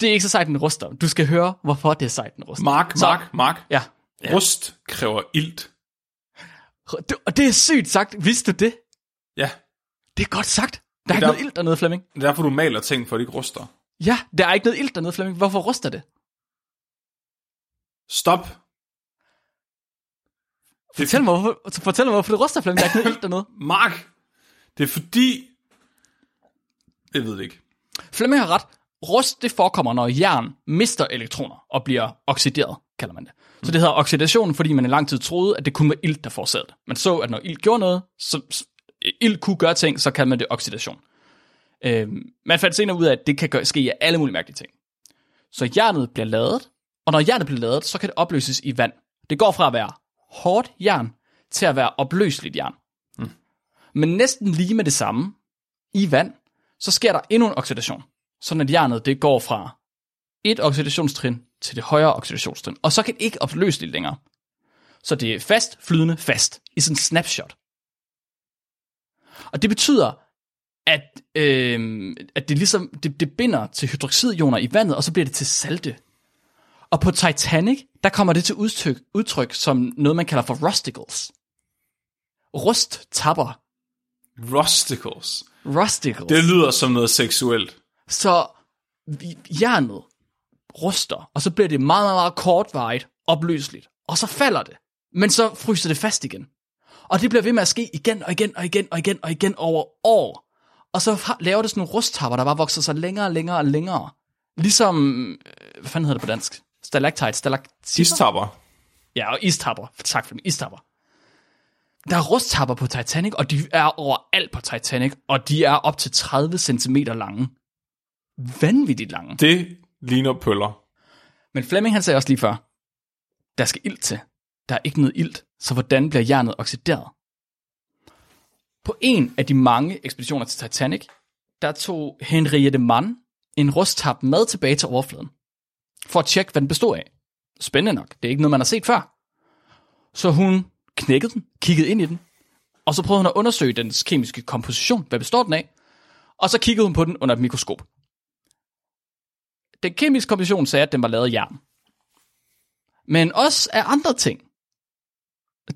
Speaker 1: det er ikke så sejt, den ruster. Du skal høre, hvorfor det er sejt, den ruster.
Speaker 2: Mark,
Speaker 1: Så-
Speaker 2: Mark, Mark.
Speaker 1: Ja,
Speaker 2: Rust kræver ilt.
Speaker 1: Det- og det er sygt sagt. Vidste du det?
Speaker 2: Ja,
Speaker 1: Det er godt sagt. Der er
Speaker 2: der-
Speaker 1: ikke noget ild dernede, Flemming.
Speaker 2: det er derfor, du maler ting, for at de ikke ruster.
Speaker 1: Ja, der er ikke noget ild dernede, Flemming. Hvorfor ruster det?
Speaker 2: Stop. Det er
Speaker 1: Fortæl mig, hvorfor, fortæl mig, hvorfor det ruster, Flemming. Der er ikke noget ild dernede.
Speaker 2: Mark, det er fordi... Jeg ved det ikke.
Speaker 1: Flemming har ret. Rust, det forekommer, når jern mister elektroner og bliver oxideret, kalder man det. Så det hedder oxidation, fordi man i lang tid troede, at det kun var ilt, der forårsagede det. Man så, at når ilt gjorde noget, så så- ilt kunne gøre ting, så kaldte man det oxidation. Øhm, man fandt senere ud af, at det kan gøre, ske af alle mulige mærkelige ting. Så jernet bliver ladet, og når jernet bliver ladet, så kan det opløses i vand. Det går fra at være hårdt jern til at være opløseligt jern. Mm. Men næsten lige med det samme, i vand, så sker der endnu en oxidation. Sådan at jernet det går fra et oxidationstrin til det højere oxidationstrin. Og så kan det ikke opløse det længere. Så det er fast, flydende, fast. I sådan en snapshot. Og det betyder, at, øh, at det ligesom det, det binder til hydroxidioner i vandet, og så bliver det til salte. Og på Titanic, der kommer det til udtryk, udtryk som noget, man kalder for rusticles. Rust tapper.
Speaker 2: Rusticles.
Speaker 1: Rusticles.
Speaker 2: Det lyder som noget seksuelt.
Speaker 1: Så vi- jernet ruster, og så bliver det meget, meget, meget kortvarigt opløseligt. Og så falder det, men så fryser det fast igen. Og det bliver ved med at ske igen og igen og igen og igen og igen over år. Og så har- laver det sådan nogle rusttapper, der bare vokser sig længere og længere og længere. Ligesom, øh, hvad fanden hedder det på dansk? Stalactite, stalaktitter?
Speaker 2: Istapper.
Speaker 1: Ja, og istapper. Tak for dem, istapper. Der er rusttapper på Titanic, og de er overalt på Titanic, og de er op til 30 cm lange. Vanvittigt lange.
Speaker 2: Det ligner pøller.
Speaker 1: Men Flemming han sagde også lige før, der skal ilt til. Der er ikke noget ilt, så hvordan bliver jernet oxideret? På en af de mange ekspeditioner til Titanic, der tog Henriette Mann en rusttap med tilbage til overfladen, for at tjekke, hvad den bestod af. Spændende nok, det er ikke noget, man har set før. Så hun knækkede den, kiggede ind i den, og så prøvede hun at undersøge dens kemiske komposition, hvad består den af, og så kiggede hun på den under et mikroskop. Den kemiske komposition sagde, at den var lavet af jern. Men også af andre ting.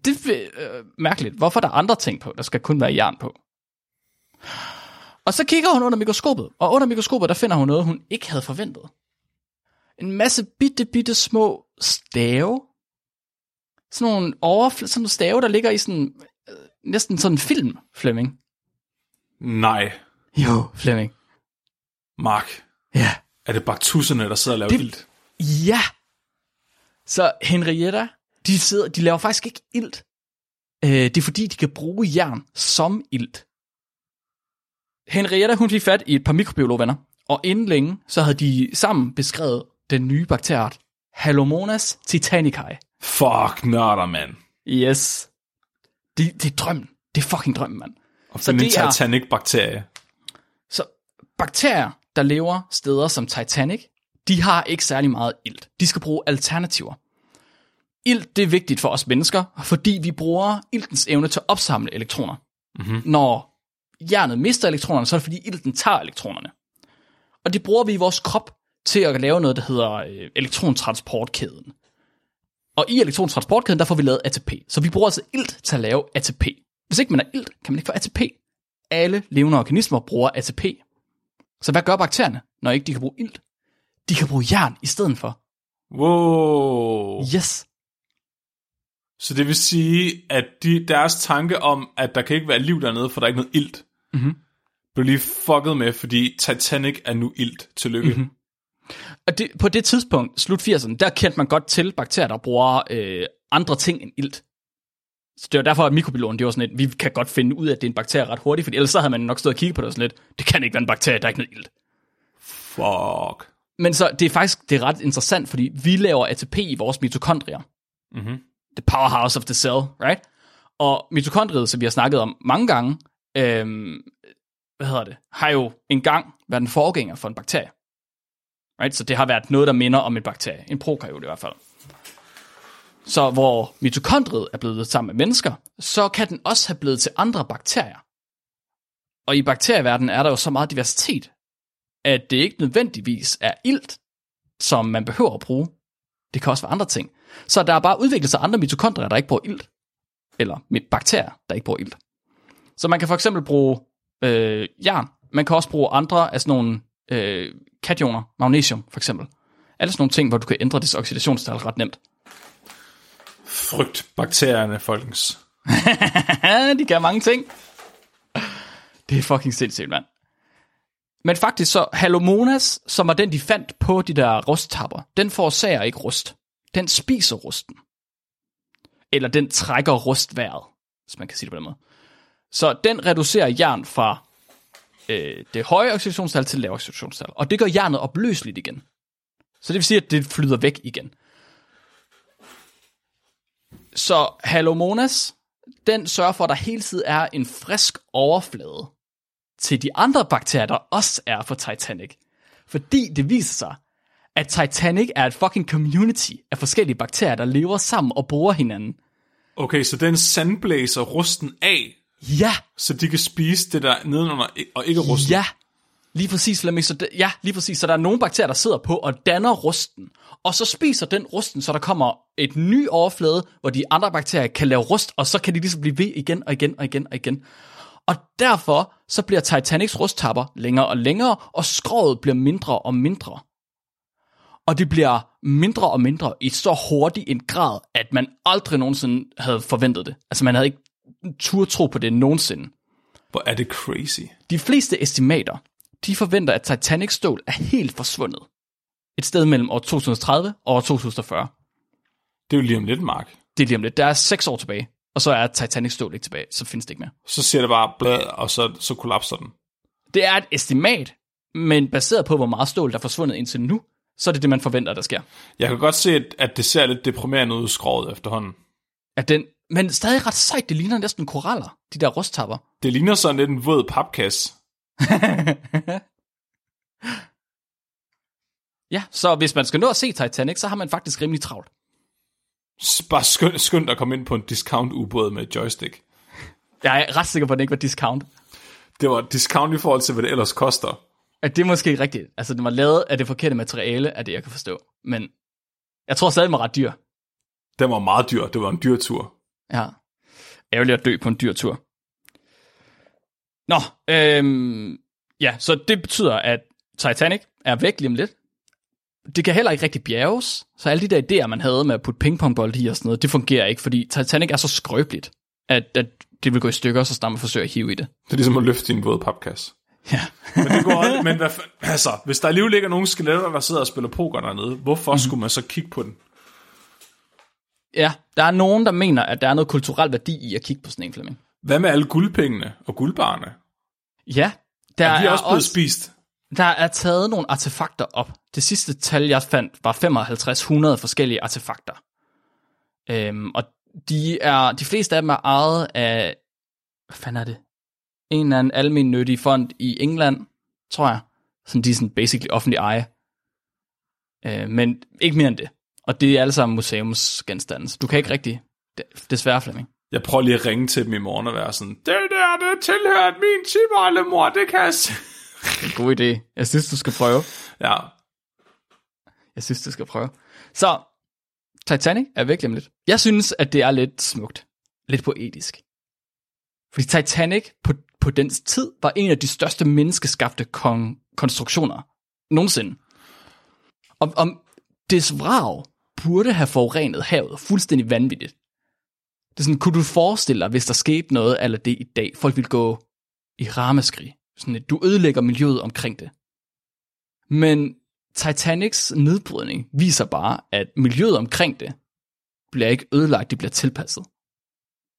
Speaker 1: Det er øh, mærkeligt. Hvorfor er der andre ting på? Der skal kun være jern på. Og så kigger hun under mikroskopet, og under mikroskopet, der finder hun noget, hun ikke havde forventet. En masse bitte, bitte små stave. Sådan nogle, overfl- sådan nogle stave, der ligger i sådan, øh, næsten sådan en film, Flemming.
Speaker 2: Nej,
Speaker 1: Jo, Flemming.
Speaker 2: Mark.
Speaker 1: Ja.
Speaker 2: Er det bare tusserne, der sidder og laver
Speaker 1: Det-
Speaker 2: det... ilt?
Speaker 1: Ja! Så Henrietta, de, sidder, de laver faktisk ikke ilt. Øh, det er fordi, de kan bruge jern som ilt. Henrietta, hun fik fat i et par mikrobiologvenner, og inden længe, så havde de sammen beskrevet den nye bakterieart, Halomonas titanicae.
Speaker 2: Fuck, nørder, mand.
Speaker 1: Yes. Det, det er drømmen. Det er fucking drømmen, mand.
Speaker 2: Og
Speaker 1: Så
Speaker 2: finde en
Speaker 1: det er-
Speaker 2: Titanic-bakterie.
Speaker 1: Så bakterier, der lever steder som Titanic, de har ikke særlig meget ilt. De skal bruge alternativer. Ilt, det er vigtigt for os mennesker, fordi vi bruger iltens evne til at opsamle elektroner. Mm-hmm. Når hjernet mister elektronerne, så er det fordi ilten tager elektronerne. Og det bruger vi i vores krop til at lave noget, der hedder øh, elektrontransportkæden. Og i elektrontransportkæden, der får vi lavet ATP. Så vi bruger altså ilt til at lave ATP. Hvis ikke man har ilt, kan man ikke få ATP alle levende organismer bruger ATP. Så hvad gør bakterierne, når ikke de kan bruge ilt? de kan bruge jern i stedet for.
Speaker 2: Wow.
Speaker 1: Yes.
Speaker 2: Så det vil sige, at de, deres tanke om, at der kan ikke være liv dernede, for der er ikke noget ilt,
Speaker 1: Mhm.
Speaker 2: blev lige fucket med, fordi Titanic er nu ilt. Tillykke. Mm-hmm.
Speaker 1: Og det, på det tidspunkt, slut 80'erne, der kendte man godt til bakterier, der bruger øh, andre ting end ilt. Så det var derfor, at mikrobiologen, det var sådan et, vi kan godt finde ud af, at det er en bakterie ret hurtigt, for ellers så havde man nok stået og kigget på det og sådan lidt, det kan ikke være en bakterie, der er ikke noget ilt.
Speaker 2: Fuck.
Speaker 1: Men så, det er faktisk det er ret interessant, fordi vi laver ATP i vores mitokondrier.
Speaker 2: Mhm.
Speaker 1: The powerhouse of the cell, right? Og mitokondriet, som vi har snakket om mange gange, øhm, hvad hedder det, har jo engang været en forgænger for en bakterie. Right? Så det har været noget, der minder om en bakterie. En prokaryote i hvert fald. Så hvor mitokondriet er blevet sammen med mennesker, så kan den også have blevet til andre bakterier. Og i bakterieverdenen er der jo så meget diversitet, at det ikke nødvendigvis er ilt, som man behøver at bruge. Det kan også være andre ting. Så der er bare udviklet sig andre mitokondrier, der ikke bruger ilt. Eller med bakterier, der ikke bruger ilt. Så man kan for eksempel bruge øh, jern. Man kan også bruge andre af sådan nogle øh, kationer, magnesium for eksempel. Alle sådan nogle ting, hvor du kan ændre dets oxidationstal ret nemt.
Speaker 2: Frygt bakterierne, folkens.
Speaker 1: de kan mange ting. Det er fucking sindssygt, mand. Men faktisk så, Halomonas, som var den, de fandt på de der rusttapper, den forårsager ikke rust. Den spiser rusten. Eller den trækker rustværet, hvis man kan sige det på den måde. Så den reducerer jern fra øh, det høje oxidationstal til det lave oxidationstal. Og det gør jernet opløseligt igen. Så det vil sige, at det flyder væk igen. Så Halomonas, den sørger for, at der hele tiden er en frisk overflade til de andre bakterier, der også er for Titanic. Fordi det viser sig, at Titanic er et fucking community af forskellige bakterier, der lever sammen og bruger hinanden.
Speaker 2: Okay, så den sandblæser rusten af,
Speaker 1: Ja,
Speaker 2: så de kan spise det der nedenunder og ikke rusten.
Speaker 1: Ja, lige præcis, Flemming. Så det, ja, lige præcis. Så der er nogle bakterier, der sidder på og danner rusten. Og så spiser den rusten, så der kommer et ny overflade, hvor de andre bakterier kan lave rust, og så kan de ligesom blive ved igen og igen og igen og igen. Og derfor så bliver Titanics rusttapper længere og længere, og skroget bliver mindre og mindre. Og det bliver mindre og mindre i så hurtig en grad, at man aldrig nogensinde havde forventet det. Altså man havde ikke tur tro på det nogensinde.
Speaker 2: Hvor er det crazy.
Speaker 1: De fleste estimater, de forventer, at Titanic-stål er helt forsvundet. Et sted mellem år 2030 og år 2040.
Speaker 2: Det er jo lige om lidt, Mark.
Speaker 1: Det er lige om lidt. Der er 6 år tilbage, og så er Titanic-stål ikke tilbage. Så findes det ikke mere.
Speaker 2: Så ser det bare blad, og så, så kollapser den.
Speaker 1: Det er et estimat, men baseret på, hvor meget stål, der er forsvundet indtil nu, så er det det, man forventer, der sker.
Speaker 2: Jeg kan godt se, at, at det ser lidt deprimerende ud i skroget efterhånden.
Speaker 1: At den, men stadig ret sejt, det ligner næsten koraller, de der rusttapper.
Speaker 2: Det ligner sådan lidt en våd papkasse.
Speaker 1: ja, så hvis man skal nå at se Titanic, så har man faktisk rimelig travlt.
Speaker 2: S- Bare skynd, skynd dig at komme ind på en discount-ubåd med et joystick.
Speaker 1: Jeg er ret sikker på, at den ikke var discount.
Speaker 2: Det var et discount i forhold til, hvad det ellers koster.
Speaker 1: At det er måske ikke rigtigt. Altså, den var lavet af det forkerte materiale, af det, jeg kan forstå. Men jeg tror stadig, den var ret dyr.
Speaker 2: Den var meget dyr. Det var en dyr tur.
Speaker 1: Ja. Ærgerligt at dø på en dyr tur. Nå, øhm, ja, så det betyder, at Titanic er væk lige om lidt. Det kan heller ikke rigtig bjerges, så alle de der idéer, man havde med at putte pingpongbold i og sådan noget, det fungerer ikke, fordi Titanic er så skrøbeligt, at, at det vil gå i stykker, så snart man forsøger at hive i det.
Speaker 2: Det er ligesom at løfte i en våd papkasse.
Speaker 1: Ja.
Speaker 2: Men det går aldrig, men hvad, fa- altså, hvis der alligevel ligger nogle skeletter, der sidder og spiller poker dernede,
Speaker 1: Mhm.
Speaker 2: hvorfor mm. skulle man så kigge på den?
Speaker 1: ja, der er nogen, der mener, at der er noget kulturel værdi i at kigge på sådan en Flemming.
Speaker 2: Hvad med alle guldpengene og guldbarerne?
Speaker 1: Ja, der
Speaker 2: Er de
Speaker 1: er,
Speaker 2: også blevet også... spist?
Speaker 1: der er taget nogle artefakter op. Det sidste tal, jeg fandt, var 5500 forskellige artefakter. Øhm, og de, er, de fleste af dem er ejet af, hvad fanden er det? En eller anden almennyttig fond i England, tror jeg. Sådan de er sådan basically offentlig eje. Øh, men ikke mere end det. Og det er alle sammen museumsgenstande. så Du kan ikke rigtig, desværre Flemming.
Speaker 2: Jeg prøver lige at ringe til dem i morgen og være sådan, det der, det tilhørte min tiboldemor, det kan jeg se."
Speaker 1: God idé. Jeg synes, du skal prøve.
Speaker 2: Ja,
Speaker 1: Jeg synes, du skal prøve. Så, Titanic er virkelig om lidt. Jeg synes, at det er lidt smukt. Lidt poetisk. Fordi Titanic på, på dens tid var en af de største menneskeskabte kon- konstruktioner nogensinde. om, om dets vrag burde have forurenet havet fuldstændig vanvittigt. Det er sådan, kunne du forestille dig, hvis der skete noget af det i dag, folk ville gå i ramaskrig. Sådan at du ødelægger miljøet omkring det. Men Titanics nedbrydning viser bare, at miljøet omkring det bliver ikke ødelagt, det bliver tilpasset.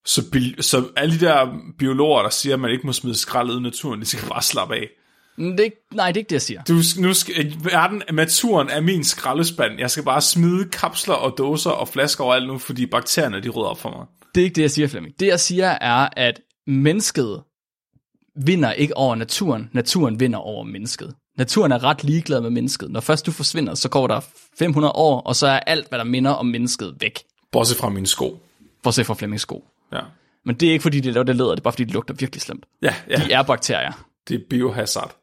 Speaker 2: Så, bi- så alle de der biologer, der siger, at man ikke må smide skrald ud i naturen, de skal bare slappe af.
Speaker 1: Men Det er ikke, nej, det er ikke det, jeg siger.
Speaker 2: Du, sk- nu skal, verden, naturen er min skraldespand. Jeg skal bare smide kapsler og dåser og flasker overalt nu, fordi bakterierne de rydder op for mig.
Speaker 1: Det er ikke det, jeg siger, Flemming. Det, jeg siger, er, at mennesket vinder ikke over naturen. Naturen vinder over mennesket. Naturen er ret ligeglad med mennesket. Når først du forsvinder, så går der 500 år, og så er alt, hvad der minder om mennesket, væk.
Speaker 2: Bortset fra mine sko.
Speaker 1: Bortset fra Flemmings sko.
Speaker 2: Ja,
Speaker 1: Men det er ikke, fordi det laver det leder, det er bare, fordi det lugter virkelig slemt.
Speaker 2: ja, ja.
Speaker 1: De er bakterier.
Speaker 2: det er biohazard.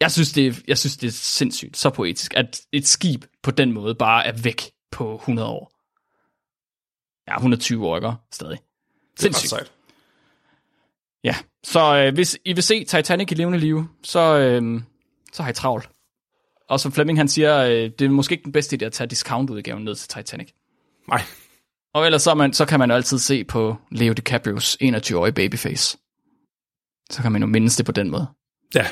Speaker 1: Jeg synes, det er, jeg synes, det er sindssygt, så poetisk, at et skib på den måde bare er væk på 100 år. Ja, 120 år, ikke? Stadig.
Speaker 2: Det er ret
Speaker 1: Sindssygt.
Speaker 2: sejt.
Speaker 1: Ja, så øh, hvis I vil se Titanic i levende live, så, øh, så har I travlt. Og som Flemming han siger, øh, det er måske ikke den bedste idé at tage discountudgaven ned til Titanic.
Speaker 2: Nej,
Speaker 1: Og ellers så, er man, så kan man jo altid se på Leo DiCaprios 21-årige babyface. Så kan man jo mindes det på den måde.
Speaker 2: ja.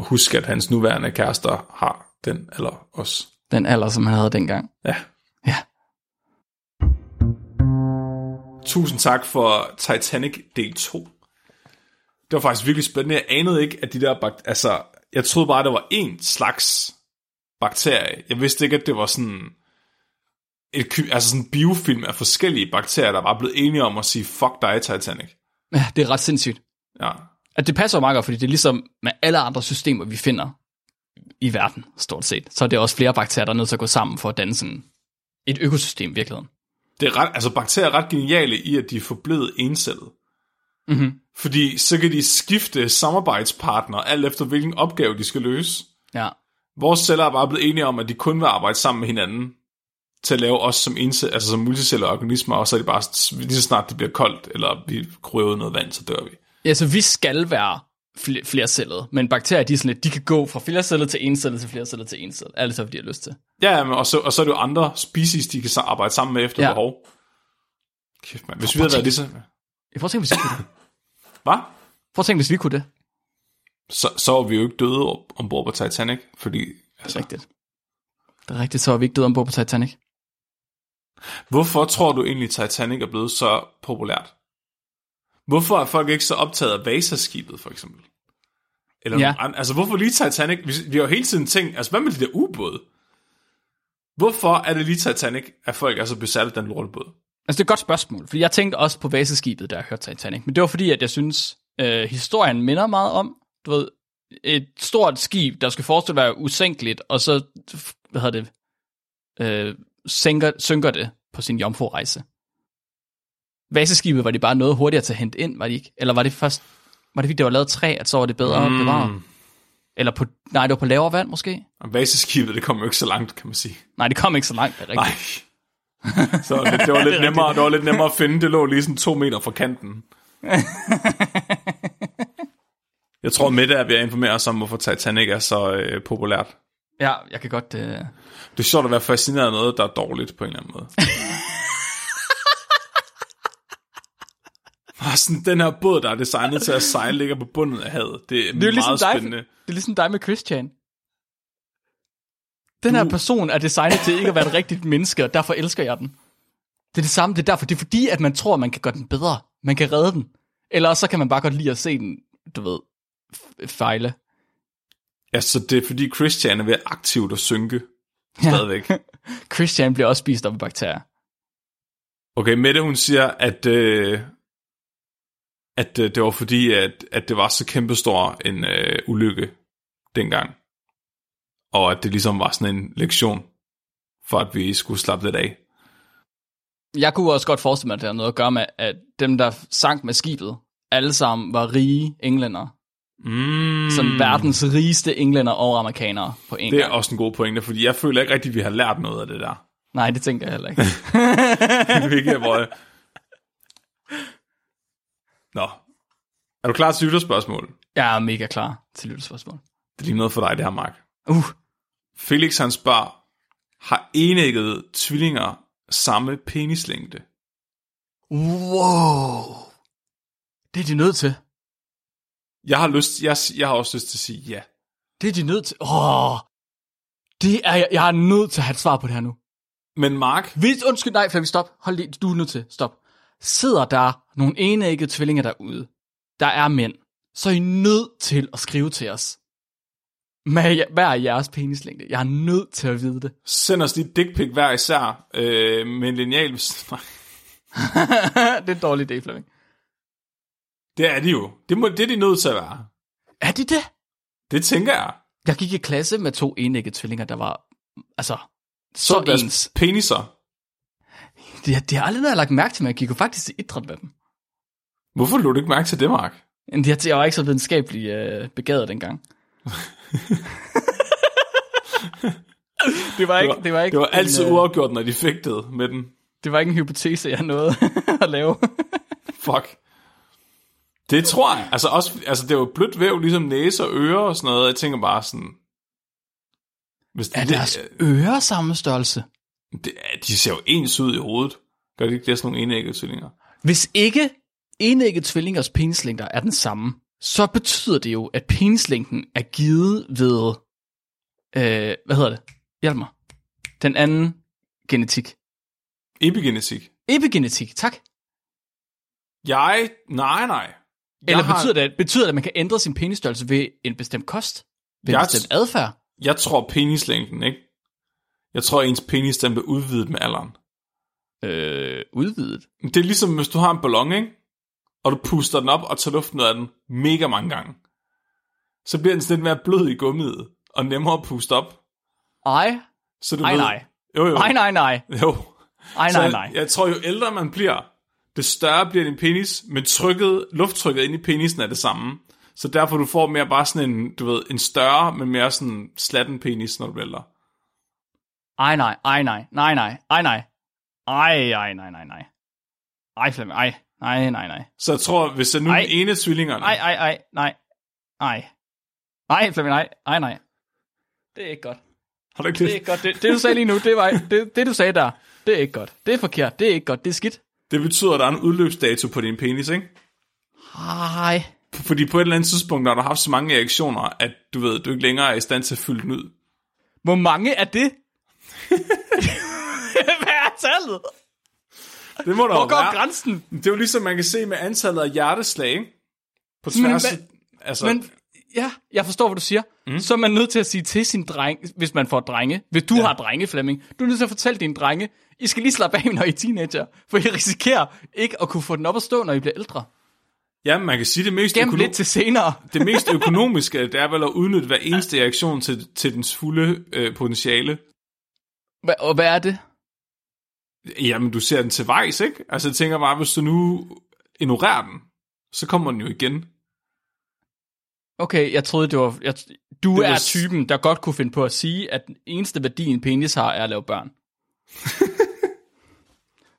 Speaker 2: Og husk, at hans nuværende kærester har den eller os.
Speaker 1: Den alder, som han havde dengang.
Speaker 2: Ja.
Speaker 1: Ja.
Speaker 2: Tusind tak for Titanic del 2. Det var faktisk virkelig spændende. Jeg anede ikke, at de der bak- Altså, jeg troede bare, at der var én slags bakterie. Jeg vidste ikke, at det var sådan... Et, ky- altså sådan en biofilm af forskellige bakterier, der var blevet enige om at sige, fuck dig, Titanic.
Speaker 1: ja, det er ret sindssygt.
Speaker 2: Ja,
Speaker 1: At det passer jo meget godt, fordi det er ligesom med alle andre systemer, vi finder i verden, stort set. Så er det også flere bakterier, der er nødt til at gå sammen for at danne sådan et økosystem i virkeligheden.
Speaker 2: det er ret, altså bakterier er ret geniale i, at de er forblevet encellet.
Speaker 1: Mhm.
Speaker 2: Fordi så kan de skifte samarbejdspartner, alt efter hvilken opgave de skal løse.
Speaker 1: Ja.
Speaker 2: Vores celler er bare blevet enige om, at de kun vil arbejde sammen med hinanden til at lave os som, ense, altså som multicellulære organismer, og så er det bare s- lige så snart det bliver koldt, eller vi kryger ud i noget vand, så dør vi.
Speaker 1: Ja, så vi skal være fl- flercellede, men bakterier, de, er sådan lidt, de kan gå fra flercellet til encellet til flercellet til encellet. Alt efter, hvad de har lyst til.
Speaker 2: Ja, ja, men, og, så, og så er det jo andre species, de kan så arbejde sammen med efter
Speaker 1: Ja.
Speaker 2: ja. behov. Kæft, man. Hvis vi havde været lige så...
Speaker 1: Jeg prøver at tænke, hvis vi kunne det.
Speaker 2: Hvad?
Speaker 1: Prøv at tænke, hvis vi kunne det.
Speaker 2: Så, så var vi jo ikke døde op- ombord på Titanic, fordi...
Speaker 1: Det
Speaker 2: Altså,
Speaker 1: er rigtigt. Det er rigtigt, så er vi ikke døde ombord på Titanic.
Speaker 2: hvorfor tror du egentlig, Titanic er blevet så populært? Hvorfor er folk ikke så optaget af Vasa-skibet, for eksempel? Eller
Speaker 1: Ja.
Speaker 2: ja. andre, altså, hvorfor lige Titanic? Vi, vi har jo hele tiden tænkt, altså, hvad med de der ubåde? Hvorfor er det lige Titanic, at folk er så besat af den lortebåd?
Speaker 1: Altså, det er et godt spørgsmål, fordi jeg tænkte også på vaseskibet, da jeg hørte Titanic. Men det var fordi, at jeg synes, øh, historien minder meget om, du ved, et stort skib, der skal forestille at være usænkeligt, og så, f- hvad hedder det, øh, sænker, synker det på sin jomfru-rejse. Vaseskibet var det bare noget hurtigere til at hente ind, var det ikke? Eller var det først, var det fordi, det var lavet træ, at så var det bedre mm. bevaret? Eller på, nej, det var på lavere vand måske?
Speaker 2: Og Vasa-skibet, det kom jo ikke så langt, kan man sige.
Speaker 1: Nej, det kom ikke så langt, det er rigtigt.
Speaker 2: Nej. Så det var lidt, det var lidt, nemmere, det var lidt nemmere at finde. Det lå lige sådan to meter fra kanten. Jeg tror, med det er ved at informere os om, hvorfor Titanic er så øh, populært.
Speaker 1: Ja, jeg kan godt... Øh...
Speaker 2: Det er sjovt at være fascineret af noget, der er dårligt på en eller anden måde. Bare sådan, den her båd, der er designet til at sejle, ligger på bunden af havet. Det er, det
Speaker 1: Det er
Speaker 2: meget
Speaker 1: jo ligesom dig,
Speaker 2: spændende.
Speaker 1: det er ligesom dig med Christian. Den
Speaker 2: Mm.
Speaker 1: her person er designet til ikke at være et rigtigt menneske, og derfor elsker jeg den. Det er det samme, det er derfor. Det er fordi, at man tror, at man kan gøre den bedre. Man kan redde den. Eller også så kan man bare godt lide at se den, du ved, f- fejle.
Speaker 2: Ja, så det er fordi Christian er ved aktivt at synke. Stadigvæk.
Speaker 1: Christian bliver også spist op af bakterier.
Speaker 2: Okay, Mette hun siger, at, øh, at øh, det var fordi, at, at det var så kæmpestor en øh, ulykke dengang. Og at det ligesom var sådan en lektion, for at vi skulle slappe lidt af.
Speaker 1: Jeg kunne også godt forestille mig, at det har noget at gøre med, at dem, der sank med skibet, alle sammen var rige englænder.
Speaker 2: Mm.
Speaker 1: Sådan verdens rigeste englænder og amerikanere på en
Speaker 2: Det er
Speaker 1: gang.
Speaker 2: også en god pointe, fordi jeg føler ikke rigtigt, at vi har lært noget af det der.
Speaker 1: Nej, det tænker jeg heller ikke.
Speaker 2: Hvilket, hvor... Nå. Er du klar til lytterspørgsmål?
Speaker 1: Jeg er mega klar til lyttespørgsmål.
Speaker 2: Det er lige noget for dig, det her, Mark.
Speaker 1: Uh,
Speaker 2: Felix han spørger, har enæggede tvillinger samme penislængde?
Speaker 1: Wow. Det er de nødt til.
Speaker 2: Jeg har, lyst, jeg, jeg har også lyst til at sige ja.
Speaker 1: Det er de nødt til. Åh. Det er jeg. Jeg er nødt til at have et svar på det her nu.
Speaker 2: Men Mark,
Speaker 1: Hvis, undskyld, nej, Flemming, stop. Hold lige, du er nødt til. Stop. Sidder der nogle enæggede tvillinger derude, der er mænd, så er I nødt til at skrive til os. Hvad er- hvad er jeres penislængde? Jeg er nødt til at vide det.
Speaker 2: send os lige et dick pic hver især øh, med en lineal. hvis- Nej,
Speaker 1: det er en dårlig idé, Flemming.
Speaker 2: Det er de jo. Det, må, det er de nødt til at være.
Speaker 1: Er det det?
Speaker 2: Det tænker jeg.
Speaker 1: Jeg gik i klasse med to enæggede tvillinger, der var, altså, så,
Speaker 2: Så
Speaker 1: så
Speaker 2: deres
Speaker 1: ens.
Speaker 2: peniser.
Speaker 1: Det, det har aldrig noget, jeg har lagt mærke til, men jeg gik jo faktisk til idræt med dem.
Speaker 2: Hvorfor lå du ikke mærke til det, Mark?
Speaker 1: Men det- Jeg var ikke så videnskabelig øh, begavet dengang. det, var ikke, det, var ikke
Speaker 2: det var
Speaker 1: en,
Speaker 2: altid
Speaker 1: øh,
Speaker 2: uafgjort, når de fægtede med den.
Speaker 1: det var ikke en hypotese, jeg nåede at lave.
Speaker 2: Fuck. Det tror jeg. Altså, også, altså det er jo blødt væv, ligesom næse og ører og sådan noget. Jeg tænker bare sådan... Hvis
Speaker 1: Er
Speaker 2: det,
Speaker 1: deres ører samme størrelse?
Speaker 2: det, de ser jo ens ud i hovedet. Gør de ikke det, er sådan nogle enægget tvillinger?
Speaker 1: Hvis ikke enægget tvillingers penislængder er den samme, så betyder det jo, at penislængden er givet ved... Øh, hvad hedder det? Hjælp mig. Den anden genetik.
Speaker 2: Epigenetik.
Speaker 1: Epigenetik, tak.
Speaker 2: Jeg... Nej, nej. Jeg
Speaker 1: Eller
Speaker 2: har-
Speaker 1: betyder, det, at- betyder det, at man kan ændre sin penisstørrelse ved en bestemt kost? Ved en
Speaker 2: Jeg-
Speaker 1: bestemt adfærd?
Speaker 2: Jeg tror penislængden, ikke? Jeg tror, ens penis den bliver udvidet med alderen.
Speaker 1: Øh, udvidet.
Speaker 2: Det er ligesom, hvis du har en ballon, ikke? Og du puster den op og tager luften ud af den mega mange gange. Så bliver den sådan lidt mere blød i gummiet, og nemmere at puste op.
Speaker 1: Ej,
Speaker 2: Så du
Speaker 1: Ej,
Speaker 2: ved,
Speaker 1: nej.
Speaker 2: Jo, jo.
Speaker 1: ej, nej, nej.
Speaker 2: Jo.
Speaker 1: Ej, nej,
Speaker 2: Så
Speaker 1: nej.
Speaker 2: Jeg tror, jo ældre man bliver, det større bliver din penis, men trykket, lufttrykket ind i penisen er det samme. Så derfor du får mere bare sådan en, du ved, en større, men mere sådan slatten penis, når du bliver ældre.
Speaker 1: Ej, nej, ej, nej, nej, nej, ej, nej. Ej, ej, nej, nej, nej. Ej, Flemming, ej. Nej, nej, nej.
Speaker 2: Så jeg tror, hvis jeg nu
Speaker 1: Ej.
Speaker 2: den ene af tvillingerne...
Speaker 1: Ej, ej, ej, nej. Ej. Nej, Flemming, nej. Ej, nej. Det er ikke godt.
Speaker 2: Har du ikke
Speaker 1: Det er
Speaker 2: det?
Speaker 1: ikke godt. Det, det du sagde lige nu, det var det, det, du sagde der. Det er ikke godt. Det er forkert. Det er ikke godt. Det er skidt.
Speaker 2: Det betyder, at der er en udløbsdato på din penis, ikke?
Speaker 1: Ej.
Speaker 2: Fordi på et eller andet tidspunkt har du haft så mange erektioner, at du ved, du ikke længere er i stand til at fylde den ud.
Speaker 1: Hvor mange er det? Hvad er tallet?
Speaker 2: Det må
Speaker 1: Hvor
Speaker 2: der jo
Speaker 1: går
Speaker 2: være.
Speaker 1: grænsen?
Speaker 2: Det er jo ligesom, man kan se med antallet af hjerteslag, ikke? På
Speaker 1: Men
Speaker 2: tværs...
Speaker 1: hvad-
Speaker 2: altså,
Speaker 1: Men ja, jeg forstår, hvad du siger. Mm. Så er man nødt til at sige til sin dreng, hvis man får drenge, hvis du ja. har drenge, Flemming, du er nødt til at fortælle dine drenge, I skal lige slappe af, når I er teenager, for I risikerer ikke at kunne få den op at stå, når I bliver ældre.
Speaker 2: ja, man kan sige, det mest,
Speaker 1: Gem
Speaker 2: økono-
Speaker 1: lidt til senere.
Speaker 2: det mest økonomiske, det er vel at udnytte hver eneste erektion til, til dens fulde øh, potentiale.
Speaker 1: Hva, og hvad er det?
Speaker 2: Jamen, du ser den til vejs, ikke? Altså, jeg tænker bare, hvis du nu ignorerer den, så kommer den jo igen.
Speaker 1: Okay, jeg troede, det var... Jeg, du
Speaker 2: Det
Speaker 1: det er
Speaker 2: var
Speaker 1: var...
Speaker 2: s-
Speaker 1: typen, der godt kunne finde på at sige, at den eneste værdi, en penis har, er at lave børn.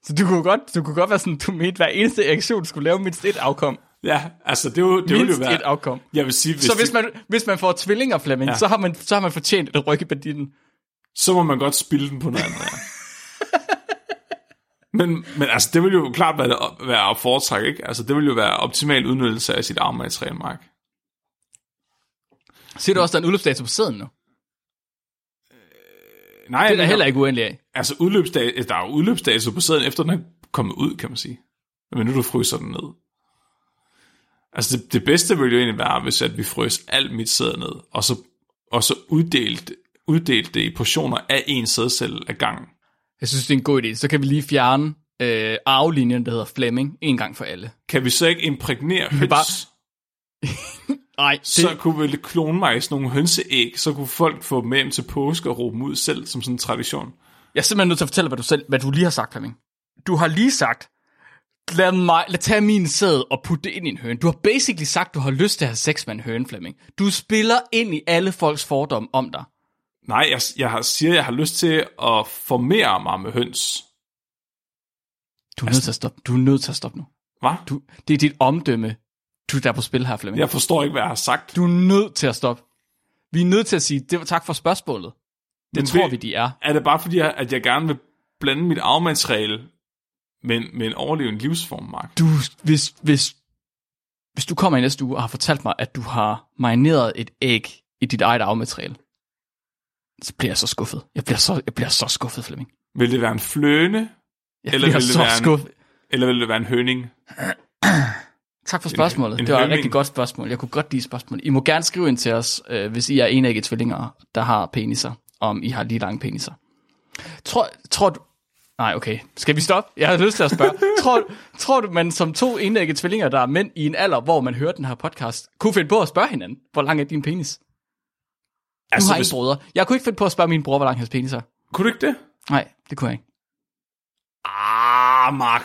Speaker 1: Så du kunne, godt, du kunne godt være sådan, du mente, hver eneste reaktion skulle lave mindst et afkom.
Speaker 2: Ja, altså, det, er jo, det ville jo
Speaker 1: Mindst
Speaker 2: være...
Speaker 1: et afkom.
Speaker 2: Jeg vil sige, hvis,
Speaker 1: så hvis
Speaker 2: det-
Speaker 1: man, hvis man får tvillinger, Flemming, ja. så, har man, så har man fortjent et ryk i banditten.
Speaker 2: så må man godt spille den på noget andet. ja. men, men altså, det vil jo klart være, være at foretrække, ikke? Altså, det vil jo være optimal udnyttelse af sit armmateriale, Mark.
Speaker 1: Ser du også, der er en udløbsdato på siden nu? Det
Speaker 2: Nej,
Speaker 1: er der heller ikke uendelig af.
Speaker 2: Altså, udløbsdag, der er jo udløbsdato på sæden, efter den er kommet ud, kan man sige. Men nu du fryser den ned. Altså, det, det bedste ville jo egentlig være, hvis at vi frøs alt mit sæde ned, og så, og så uddelt, uddelt det i portioner af en sædcelle ad gangen.
Speaker 1: Jeg synes, det er en god idé. Så kan vi lige fjerne øh, arvelinjen, der hedder Flemming, en gang for alle.
Speaker 2: Kan vi så ikke impregnere høns?
Speaker 1: bare- Nej,
Speaker 2: så kunne vi klone mig i sådan nogle hønseæg, så kunne folk få dem med hjem til påske og råbe dem ud selv, som sådan en tradition.
Speaker 1: Jeg er simpelthen nødt til at fortælle, hvad du, selv, hvad du lige har sagt, Flemming. Du har lige sagt, lad, mig, lad tage min sæd og putte det ind i en høne. Du har basically sagt, du har lyst til at have sex med en høne, Flemming. Du spiller ind i alle folks fordomme om dig.
Speaker 2: Nej, jeg, jeg har- siger, jeg har lyst til at formere mig med høns.
Speaker 1: Du er nødt til at stoppe. Du er nødt til at stoppe nu.
Speaker 2: Hvad?
Speaker 1: Du, det er dit omdømme, du der er på spil her, Flemming.
Speaker 2: Jeg forstår ikke, hvad jeg har sagt.
Speaker 1: Du er nødt til at stoppe. Vi er nødt til at sige, det var tak for spørgsmålet. Det
Speaker 2: Men
Speaker 1: tror
Speaker 2: vi-
Speaker 1: vi, de er.
Speaker 2: Er det bare fordi, jeg- at jeg gerne vil blande mit arvemateriale med, en- med en overlevende livsform, Mark?
Speaker 1: Du, hvis, hvis, hvis du kommer i næste uge og har fortalt mig, at du har marineret et æg i dit eget arvemateriale, så bliver jeg så skuffet. Jeg bliver så, jeg bliver så skuffet, Flemming.
Speaker 2: Vil det være en fløne,
Speaker 1: Jeg
Speaker 2: Eller
Speaker 1: bliver
Speaker 2: vil det
Speaker 1: så
Speaker 2: være en-
Speaker 1: skuffet.
Speaker 2: eller vil det være en høning?
Speaker 1: Tak for spørgsmålet.
Speaker 2: en
Speaker 1: det var et
Speaker 2: høvding.
Speaker 1: rigtig godt spørgsmål. Jeg kunne godt lide spørgsmål. I må gerne skrive ind til os, øh, hvis I er enægget tvillinger, der har peniser, om I har lige lange peniser. Tror, tror du... Nej, okay. Skal vi stoppe? Jeg har lyst til at spørge. tror, tror du, man som to enægget tvillinger, der er mænd i en alder, hvor man hører den her podcast, kunne finde på at spørge hinanden, hvor lang er din penis? Altså, du har
Speaker 2: hvis-
Speaker 1: ikke brødre. Jeg kunne ikke finde på at spørge min bror, hvor lang hans penis er.
Speaker 2: Kunne du ikke det?
Speaker 1: Nej, det kunne jeg ikke.
Speaker 2: Ah, Mark.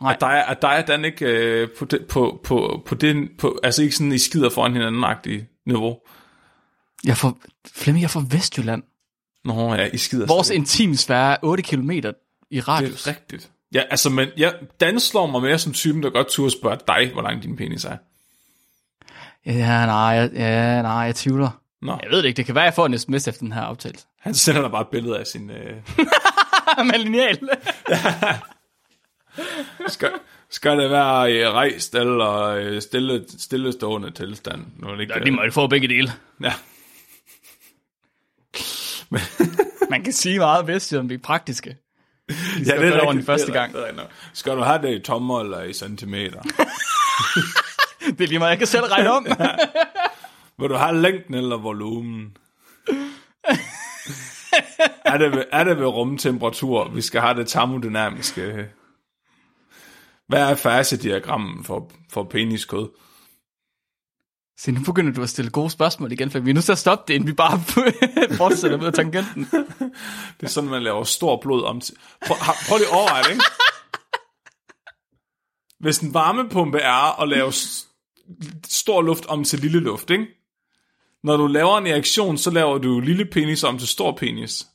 Speaker 1: Nej.
Speaker 2: Nej. At dig, at dig og Dan ikke øh, på, det, på, på, på, den, på, altså ikke sådan, I skider foran hinanden niveau.
Speaker 1: Jeg er fra, Flemming, jeg er fra Vestjylland.
Speaker 2: Nå ja, I skider
Speaker 1: Vores
Speaker 2: stadig.
Speaker 1: intimsfære er 8 km i
Speaker 2: Det
Speaker 1: radius.
Speaker 2: er rigtigt. Ja, altså, men ja, Dan slår mig mere som typen, der godt turde spørge dig, hvor lang din penis er.
Speaker 1: Ja, nej, jeg, ja, nej, jeg tvivler.
Speaker 2: Nå,
Speaker 1: Jeg ved det ikke, det kan være, jeg får en sms efter den her aftale.
Speaker 2: han sender dig bare et billede af sin... Øh,
Speaker 1: Med lineal.
Speaker 2: skal, skal det være øh, rejst eller øh, stille, stillestående tilstand? Nu er det ikke...
Speaker 1: De må jo få begge dele.
Speaker 2: ja.
Speaker 1: Man kan sige meget bedst, selvom vi er praktiske.
Speaker 2: Ja,
Speaker 1: det er rigtigt.
Speaker 2: første
Speaker 1: Det er
Speaker 2: gang. Skal du have det i tommer eller i centimeter?
Speaker 1: Det er lige meget, jeg kan selv regne om.
Speaker 2: Vil du have længden eller volumen? er, det ved, er det ved rumtemperatur? Vi skal have det termodynamiske. Hvad er fasediagrammen for, for peniskød?
Speaker 1: Se, nu begynder du at stille gode spørgsmål igen, for vi er nødt til at stoppe det, inden vi bare fortsætter med tangenten.
Speaker 2: Det er sådan, man laver stor blod om til... Prøv, har- prøv lige at overveje det, ikke? Hvis en varmepumpe er at lave s- stor luft om til lille luft, ikke? Når du laver en reaktion, så laver du lille penis om til stor penis.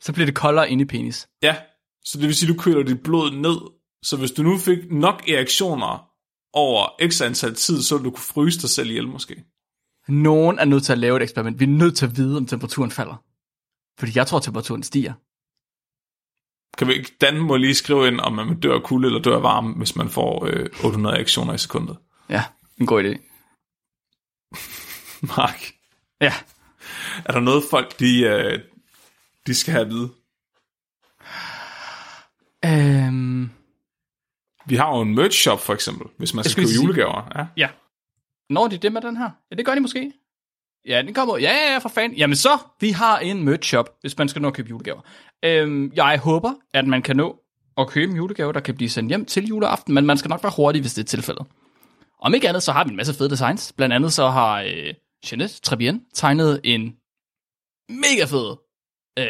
Speaker 1: Så bliver det koldere inde i penis.
Speaker 2: Ja, så det vil sige, du køler dit blod ned. Så hvis du nu fik nok erektioner over x antal tid, så ville du kunne fryse dig selv ihjel måske.
Speaker 1: Nogen er nødt til at lave et eksperiment. Vi er nødt til at vide, om temperaturen falder. Fordi jeg tror, temperaturen stiger.
Speaker 2: Kan vi ikke, Dan må lige skrive ind, om man dør af kulde eller dør af varme, hvis man får øh, 800 reaktioner i sekundet.
Speaker 1: Ja, en god idé.
Speaker 2: Mark,
Speaker 1: Ja,
Speaker 2: er der noget folk, de, øh, de skal have at vide?
Speaker 1: øhm,
Speaker 2: Vi har jo en merch shop for eksempel, hvis man
Speaker 1: Det
Speaker 2: skal
Speaker 1: skulle jeg
Speaker 2: købe julegaver. Ja.
Speaker 1: Ja. Når de det med den her? Ja, det gør de måske. Ja, den kommer. Ja, ja, ja, for fanden. Jamen så, vi har en merch shop, hvis man skal nå at købe julegaver. Øhm, jeg håber, at man kan nå at købe en julegave, der kan blive sendt hjem til juleaften, men man skal nok være hurtig, hvis det er tilfældet. Om ikke andet, så har vi en masse fede designs. Blandt andet så har øh, Jeanette Trebien tegnet en mega fed øh,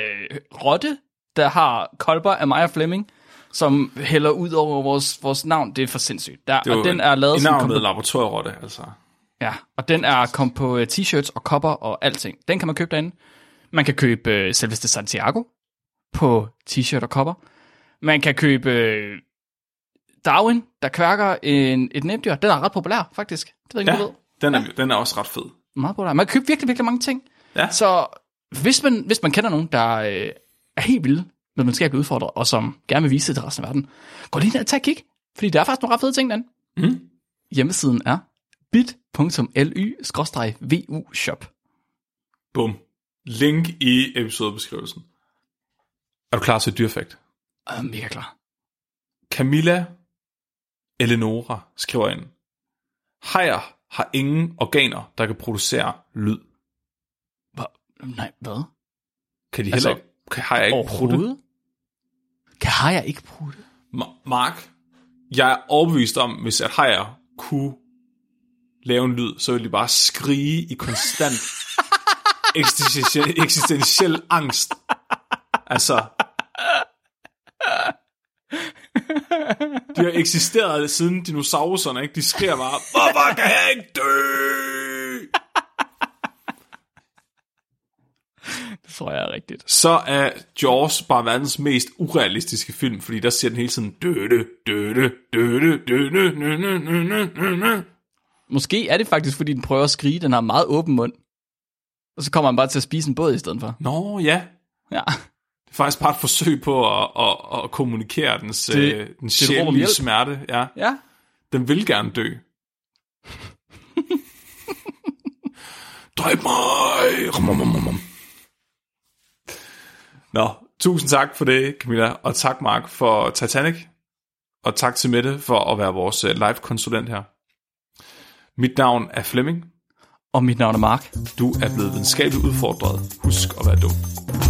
Speaker 1: rotte, der har kolber af mig og Flemming, som hælder ud over vores, vores navn. Det er for sindssygt. Der,
Speaker 2: Det
Speaker 1: og den er lavet
Speaker 2: i
Speaker 1: som
Speaker 2: navnet laboratorierotte, altså.
Speaker 1: Ja, og den er kom på øh, t-shirts og kopper og alting. Den kan man købe derinde. Man kan købe øh, selveste Santiago på t-shirt og kopper. Man kan købe øh, Darwin, der kværker en, et næbdyr. Den er ret populær, faktisk. Det ved jeg ikke,
Speaker 2: Ja,
Speaker 1: ja. du ved.
Speaker 2: den er, den er også ret fed.
Speaker 1: Meget populær. Man kan købe virkelig, virkelig mange ting.
Speaker 2: Ja.
Speaker 1: Så hvis man, hvis man kender nogen, der øh, er helt vilde med videnskabelige udfordret, og som gerne vil vise det til resten af verden, gå lige ned og tag et kig. Fordi der er faktisk nogle ret fede ting derinde.
Speaker 2: Mm.
Speaker 1: Hjemmesiden er bit.ly-vu-shop.
Speaker 2: Bum. Link i episodebeskrivelsen. Er du klar til et dyrfakt?
Speaker 1: Øh, mega klar.
Speaker 2: Camilla Eleonora skriver ind. Hajer har ingen organer, der kan producere lyd.
Speaker 1: Hva? Nej, hvad?
Speaker 2: Kan de
Speaker 1: Altså,
Speaker 2: heller ikke? Kan hajer ikke prutte?
Speaker 1: Overhovedet? Kan har jeg ikke prutte?
Speaker 2: Ma- Mark, jeg er overbevist om, hvis at hajer kunne lave en lyd, så ville de bare skrige i konstant eksistentiel, eksistentiel angst. Altså, de har eksisteret siden dinosaurerne, ikke? De skriger bare, hvorfor kan jeg ikke dø?
Speaker 1: Det tror jeg er rigtigt.
Speaker 2: så er Jaws bare verdens mest urealistiske film, fordi der siger den hele tiden døde, døde, døde, døde, nø, nø, nø, nø, nø.
Speaker 1: Måske er det faktisk, fordi den prøver at skrige. Den har meget åben mund. Og så kommer han bare til at spise en båd i stedet for.
Speaker 2: Nå, ja.
Speaker 1: Ja,
Speaker 2: Det er faktisk bare et forsøg på at, at, at kommunikere dens, det, øh,
Speaker 1: det råb
Speaker 2: den
Speaker 1: om
Speaker 2: sjældne
Speaker 1: hjælp.
Speaker 2: smerte. Ja.
Speaker 1: ja.
Speaker 2: Den vil gerne dø. Dræb mig! Rum, rum, rum, rum. Nå, tusind tak for det, Camilla, og tak Mark for Titanic, og tak til Mette for at være vores øh, live-konsulent her. Mit navn er Flemming.
Speaker 1: Og mit navn er Mark.
Speaker 2: Du er blevet videnskabeligt udfordret. Husk at være dum.